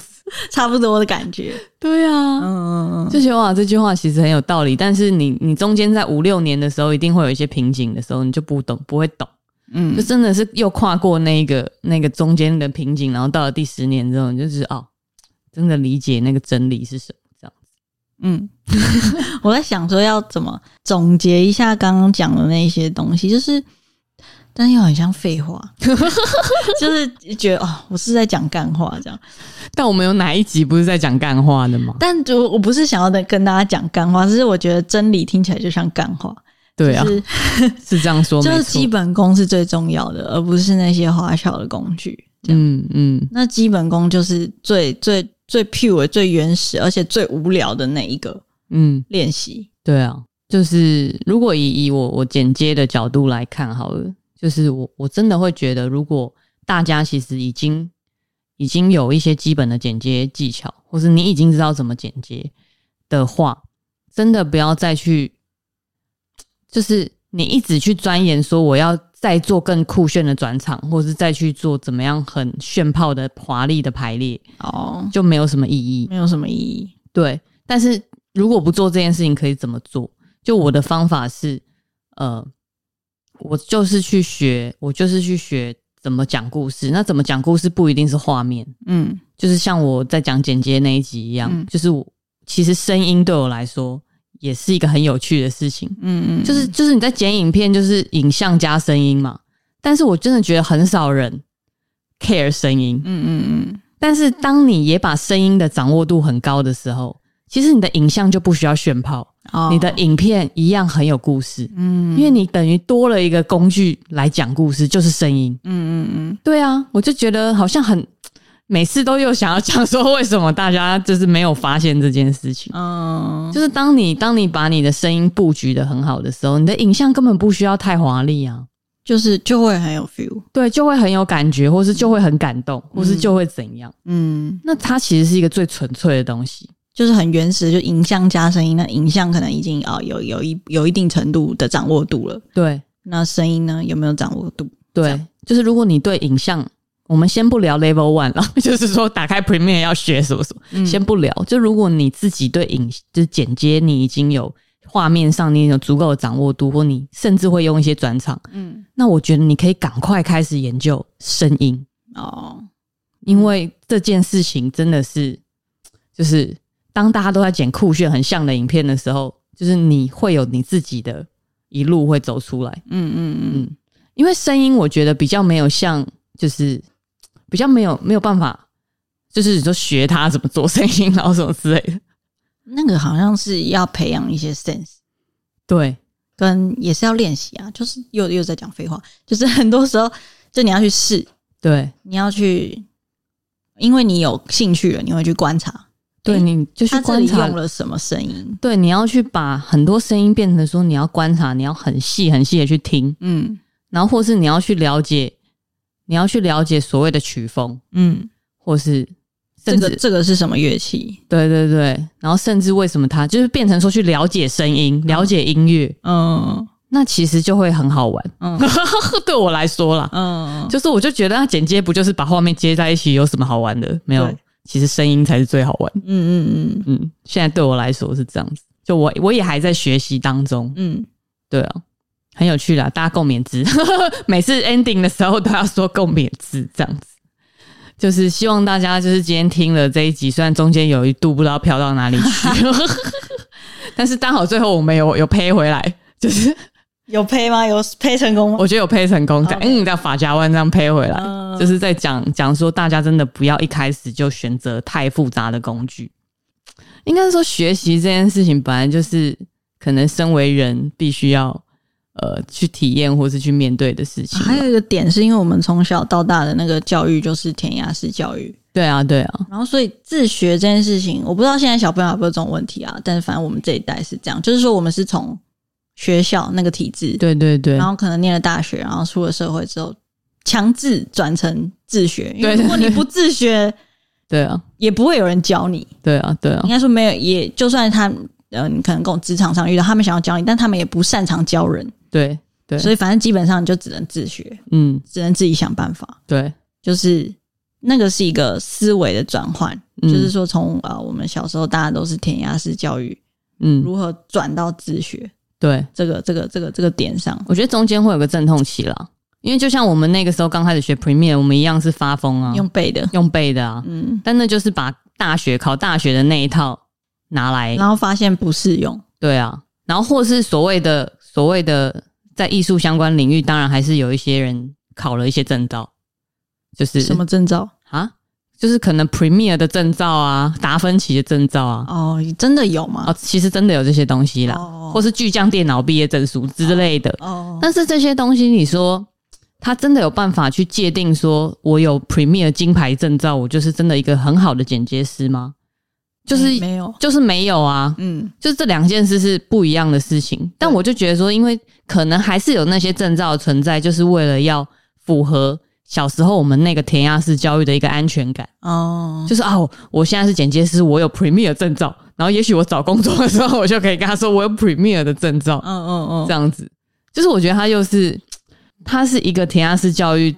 S1: 差不多的感觉，
S2: 对啊，
S1: 嗯，
S2: 这句话这句话其实很有道理，但是你你中间在五六年的时候，一定会有一些瓶颈的时候，你就不懂不会懂，就
S1: 嗯，
S2: 真的是又跨过那个那个中间的瓶颈，然后到了第十年之后，你就是哦，真的理解那个真理是什么这样。
S1: *laughs* 嗯，我在想说要怎么总结一下刚刚讲的那些东西，就是，但又很像废 *laughs* 话，就是觉得哦，我是在讲干话这样，
S2: 但我们有哪一集不是在讲干话的吗？
S1: 但我我不是想要的跟大家讲干话，只是我觉得真理听起来就像干话，
S2: 对啊
S1: 就，是
S2: 是这样说
S1: 就
S2: 没
S1: 是
S2: 错
S1: 基。本功是最重要的，而不是那些花俏的工具。
S2: 嗯嗯，
S1: 那基本功就是最最最 pure、最原始，而且最无聊的那一个
S2: 嗯，
S1: 练习。
S2: 对啊，就是如果以以我我剪接的角度来看好了，就是我我真的会觉得，如果大家其实已经已经有一些基本的剪接技巧，或是你已经知道怎么剪接的话，真的不要再去，就是你一直去钻研说我要再做更酷炫的转场，或是再去做怎么样很炫炮的华丽的排列，
S1: 哦，
S2: 就没有什么意义。
S1: 没有什么意义。
S2: 对，但是如果不做这件事情，可以怎么做？就我的方法是，呃，我就是去学，我就是去学怎么讲故事。那怎么讲故事不一定是画面，
S1: 嗯
S2: 就是像我在讲剪接那一集一样，
S1: 嗯
S2: 就是我其实声音对我来说也是一个很有趣的事情。
S1: 嗯嗯，
S2: 就是就是你在剪影片，就是影像加声音嘛。但是我真的觉得很少人 care 声音，
S1: 嗯嗯嗯，
S2: 但是当你也把声音的掌握度很高的时候，其实你的影像就不需要炫炮，
S1: 哦
S2: 你的影片一样很有故事，
S1: 嗯
S2: 因为你等于多了一个工具来讲故事，就是声音。
S1: 嗯嗯嗯，
S2: 对啊，我就觉得好像很每次都有想要讲说，为什么大家就是没有发现这件事情？
S1: 嗯，
S2: 就是当你当你把你的声音布局的很好的时候，你的影像根本不需要太华丽啊，
S1: 就是就会很有 feel，
S2: 对，就会很有感觉，或是就会很感动，或是就会怎样。
S1: 嗯，
S2: 那它其实是一个最纯粹的东西。
S1: 就是很原始，就影像加声音，那影像可能已经啊、哦、有有一有一定程度的掌握度了，
S2: 对
S1: 那声音呢有没有掌握度？这
S2: 对
S1: 样，
S2: 就是如果你对影像，我们先不聊 Level One 了， *laughs* 就是说打开 Premiere 要学什么什么，
S1: 嗯
S2: 先不聊。就如果你自己对影就是剪接，你已经有画面上你有足够的掌握度，或你甚至会用一些转场，
S1: 嗯
S2: 那我觉得你可以赶快开始研究声音。
S1: 哦，
S2: 因为这件事情真的是，就是当大家都在剪酷炫很像的影片的时候，就是你会有你自己的一路会走出来。
S1: 嗯嗯嗯，
S2: 因为声音，我觉得比较没有像，就是比较没有没有办法，就是你说学他怎么做声音，然后什么之类的。
S1: 那个好像是要培养一些 sense。
S2: 对，
S1: 跟也是要练习啊，就是又又在讲废话，就是很多时候就你要去试，
S2: 对，
S1: 你要去，因为你有兴趣了，你会去观察，
S2: 对，
S1: 诶
S2: 你就去
S1: 他这
S2: 观
S1: 里
S2: 察
S1: 用。了什么声音，
S2: 对，你要去把很多声音变成说，你要观察，你要很细很细的去听，
S1: 嗯
S2: 然后或是你要去了解，你要去了解所谓的曲风，
S1: 嗯，
S2: 或是
S1: 这
S2: 甚至、
S1: 个这个是什么乐器？
S2: 对对对，然后甚至为什么他就是变成说去了解声音、了解音乐，
S1: 嗯
S2: 那其实就会很好玩。
S1: 嗯
S2: *laughs* 对我来说啦，
S1: 嗯，
S2: 就是我就觉得那剪接不就是把画面接在一起，有什么好玩的？没有
S1: 对，
S2: 其实声音才是最好玩。
S1: 嗯嗯
S2: 嗯，现在对我来说是这样子，就我我也还在学习当中。
S1: 嗯
S2: 对啊，很有趣啦，大家共勉之。 *laughs* 每次 ending 的时候都要说共勉之，这样子。就是希望大家就是今天听了这一集，虽然中间有一度不知道飘到哪里去， *laughs* 但是刚好最后我们有有配回来，就是
S1: 有配吗？有配成功吗？
S2: *laughs* 我觉得有配成功，在
S1: 哦 OK
S2: 嗯，在法家湾这样配回来，
S1: 嗯
S2: 就是在讲讲说大家真的不要一开始就选择太复杂的工具，应该是说学习这件事情本来就是可能身为人必须要呃去体验或是去面对的事情。
S1: 啊还有一个点是因为我们从小到大的那个教育就是填鸭式教育，
S2: 对啊，对啊，
S1: 然后，所以自学这件事情，我不知道现在小朋友有没有这种问题啊。但是，反正我们这一代是这样，就是说我们是从学校那个体制，
S2: 对对对
S1: 然，后可能念了大学，然后出了社会之后，强制转成自学。因为
S2: 对对
S1: 如果你不自学，
S2: 对啊，
S1: 也不会有人教你。
S2: 对啊，对啊
S1: 应，该说没有，也就算他，呃，你可能跟我职场上遇到他们想要教你，但他们也不擅长教人，
S2: 对对，
S1: 所以反正基本上你就只能自学，
S2: 嗯，
S1: 只能自己想办法。
S2: 对，
S1: 就是那个是一个思维的转换。
S2: 嗯
S1: 就是说从呃我们小时候大家都是填鸭式教育，
S2: 嗯，
S1: 如何转到自学
S2: 对，
S1: 这个这个这个这个点上，
S2: 我觉得中间会有个阵痛期啦，因为就像我们那个时候刚开始学 Premiere，我们一样是发疯啊，
S1: 用背的，
S2: 用背的啊，
S1: 嗯，
S2: 但那就是把大学考大学的那一套拿来，
S1: 然后发现不适用，
S2: 对啊，然后或是所谓的所谓的在艺术相关领域，当然还是有一些人考了一些证照，就是
S1: 什么证照？
S2: 啊，就是可能 Premiere 的证照啊，达芬奇的证照啊，
S1: 哦，真的有吗
S2: 哦，？其实真的有这些东西啦，
S1: 哦
S2: 或是巨匠电脑毕业证书之类的，
S1: 哦，
S2: 但是这些东西，你说他真的有办法去界定说，我有 Premier 金牌证照，我就是真的一个很好的剪接师吗？就是、
S1: 嗯没有，
S2: 就是没有啊，
S1: 嗯
S2: 就是这两件事是不一样的事情。但我就觉得说，因为可能还是有那些证照的存在，就是为了要符合小时候我们那个填鸭式教育的一个安全感。
S1: 哦，
S2: 就是啊，我我现在是剪接师，我有 Premier 证照，然后也许我找工作的时候，我就可以跟他说我有 Premier 的证照。
S1: 嗯嗯
S2: 这
S1: 嗯，
S2: 样子。就是我觉得它又是，它是一个填鸭式教育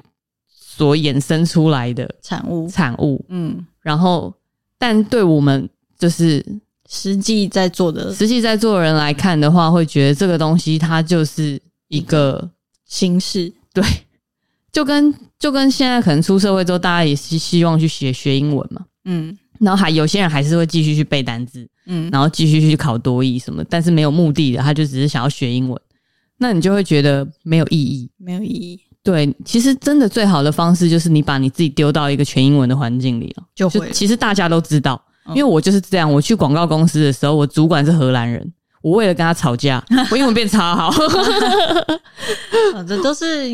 S2: 所衍生出来的
S1: 产物，
S2: 产物，
S1: 嗯，
S2: 然后但对我们就是
S1: 实际在做的
S2: 实际在做的人来看的话，会觉得这个东西它就是一个
S1: 形式，
S2: 对，就跟就跟现在可能出社会之后，大家也是希望去学学英文嘛，
S1: 嗯
S2: 然后还有些人还是会继续去背单字，
S1: 嗯，
S2: 然后继续去考多译什么，但是没有目的的，他就只是想要学英文，那你就会觉得没有意义。
S1: 没有意义
S2: 对，其实真的最好的方式就是你把你自己丢到一个全英文的环境里了，
S1: 就哦会了
S2: 其实大家都知道，
S1: 嗯
S2: 因为我就是这样。我去广告公司的时候，我主管是荷兰人，我为了跟他吵架，我英文变超好，
S1: 啊，这都是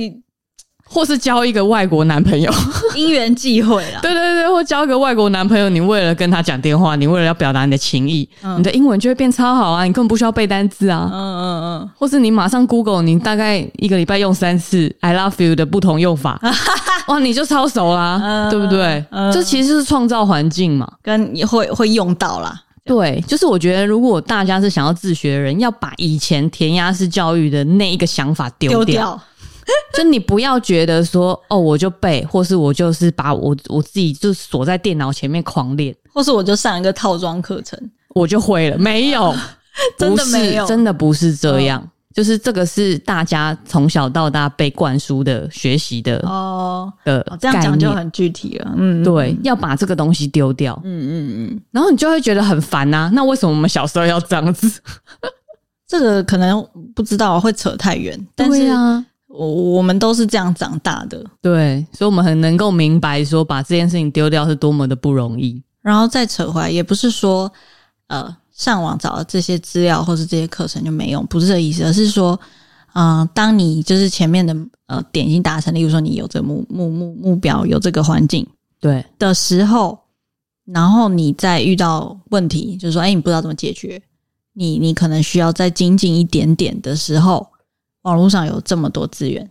S2: 或是交一个外国男
S1: *laughs*
S2: 朋友，
S1: 因缘际会 *laughs* 啦。
S2: 对对对，或交一个外国男朋友，你为了跟他讲电话，你为了要表达你的情意，
S1: 嗯
S2: 你的英文就会变超好啊，你根本不需要背单字啊。
S1: 嗯嗯
S2: 或是你马上 Google，你大概一个礼拜用三次 "I love you" 的不同用
S1: *laughs*
S2: 法，哇，你就超熟啦，
S1: 嗯
S2: 对不对？
S1: 嗯
S2: 这其实就是创造环境嘛。
S1: 嗯，跟你会会用到啦。
S2: 对，就是我觉得，如果大家是想要自学的人，要把以前填鸭式教育的那一个想法丢掉，
S1: 丢掉，
S2: 就你不要觉得说哦，我就背，或是我就是把我我自己就锁在电脑前面狂练，
S1: 或是我就上一个套装课程，
S2: 我就会了，没有，
S1: *laughs* 真的
S2: 不是
S1: 没有嗯
S2: 真的不是这样。就是这个是大家从小到大被灌输的学习的
S1: 哦，
S2: 的
S1: 哦这样讲就
S2: 概念
S1: 很具体了。嗯，
S2: 对，要把这个东西丢掉，
S1: 嗯嗯嗯，
S2: 然后你就会觉得很烦呐、那为什么我们小时候要这样子？ *laughs*
S1: 这个可能不知道会扯太远，但是
S2: 对啊，
S1: 我我们都是这样长大的。
S2: 对，所以我们很能够明白说把这件事情丢掉是多么的不容易。
S1: 然后再扯回来，也不是说呃上网找这些资料或是这些课程就没用，不是这个意思，而是说，嗯、当你就是前面的呃点已经达成，例如说你有这个目目目目标，有这个环境
S2: 对，
S1: 的时候，然后你再遇到问题，就是说，哎，你不知道怎么解决，你你可能需要再精进一点点的时候，网络上有这么多资源，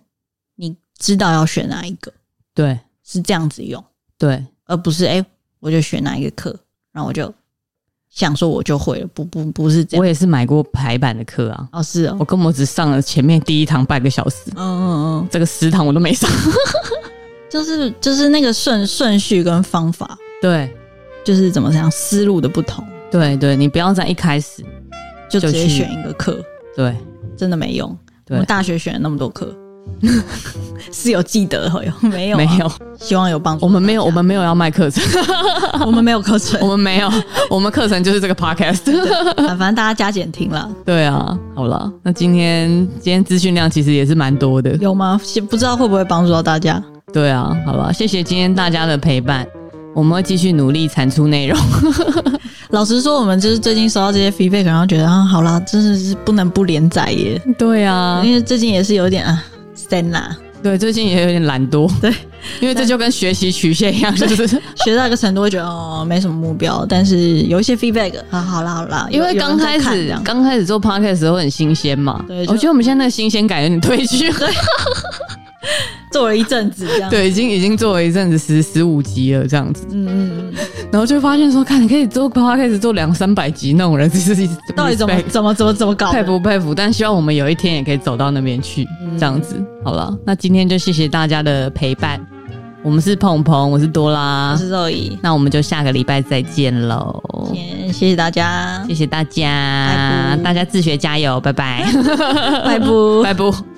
S1: 你知道要选哪一个，
S2: 对，
S1: 是这样子用。
S2: 对，
S1: 而不是哎、诶我就选哪一个课，然后我就想说我就会了，不不不是这样
S2: 我。也是买过排版的课啊，
S1: 哦，是哦
S2: 我，根本只上了前面第一堂半个小时，
S1: 嗯嗯
S2: 这个十堂我都没上。
S1: 嗯，就是就是那个顺顺序跟方法，
S2: *laughs* 对，
S1: 就是怎么讲思路的不同，
S2: 对，对，你不要在一开始，
S1: 就直
S2: 就
S1: 接
S2: 去
S1: 选一个课，
S2: 对，
S1: 真的没用。我
S2: 对
S1: 们大学选了那么多课， *laughs* 是有记得会
S2: *laughs*
S1: 有没有、啊
S2: 没，有，啊
S1: 希望有帮助。
S2: 我们没有，我们没有要卖课程，
S1: *laughs* 我们没有课程啊
S2: 我，们没有，我们课程就是这个 podcast。 *laughs*
S1: 反正大家加减听啦。
S2: 对啊，好了，那今天今天资讯量其实也是蛮多的。
S1: 有吗？不知道会不会帮助到大家。
S2: 对啊，好吧，谢谢今天大家的陪伴，我们会继续努力产出内容。 *laughs*
S1: 老实说，我们就是最近收到这些 feedback，然后觉得啊，好啦，真的是不能不连载耶。
S2: 对啊，
S1: 因为最近也是有点啊，stand 啦，
S2: 对，最近也有点懒惰，
S1: 对，
S2: 因为这就跟学习曲线一样，就是
S1: 学到一个程度会觉得哦没什么目标，但是有一些 feedback 啊，好啦好啦，
S2: 因为
S1: 有有
S2: 刚
S1: 人在
S2: 开
S1: 看这
S2: 始
S1: 样
S2: 刚开始做 podcast 的时候很新鲜嘛，
S1: 对就
S2: 我觉得我们现在那个新鲜感有点褪去了，
S1: 做了一阵子这样，，
S2: 对，已经已经做了一阵子十十五集了这样子，
S1: 啊嗯嗯嗯，
S2: 然后就发现说，看你可以做 podcast 做两三百集那种人，就是一直
S1: 到底怎么
S2: respect
S1: 怎么怎么怎么搞
S2: 佩
S1: 的？
S2: 服佩服，但希望我们有一天也可以走到那边去，
S1: 嗯
S2: 这样子好了。那今天就谢谢大家的陪伴，我们是鹏鹏，我是多
S1: 我
S2: 拉，
S1: 是肉姨，
S2: 那我们就下个礼拜再见喽，
S1: 先谢谢大家
S2: 谢，谢大
S1: 拜
S2: 家
S1: 拜，
S2: 大家自学加油，拜拜，
S1: 拜拜。
S2: *laughs* 拜拜。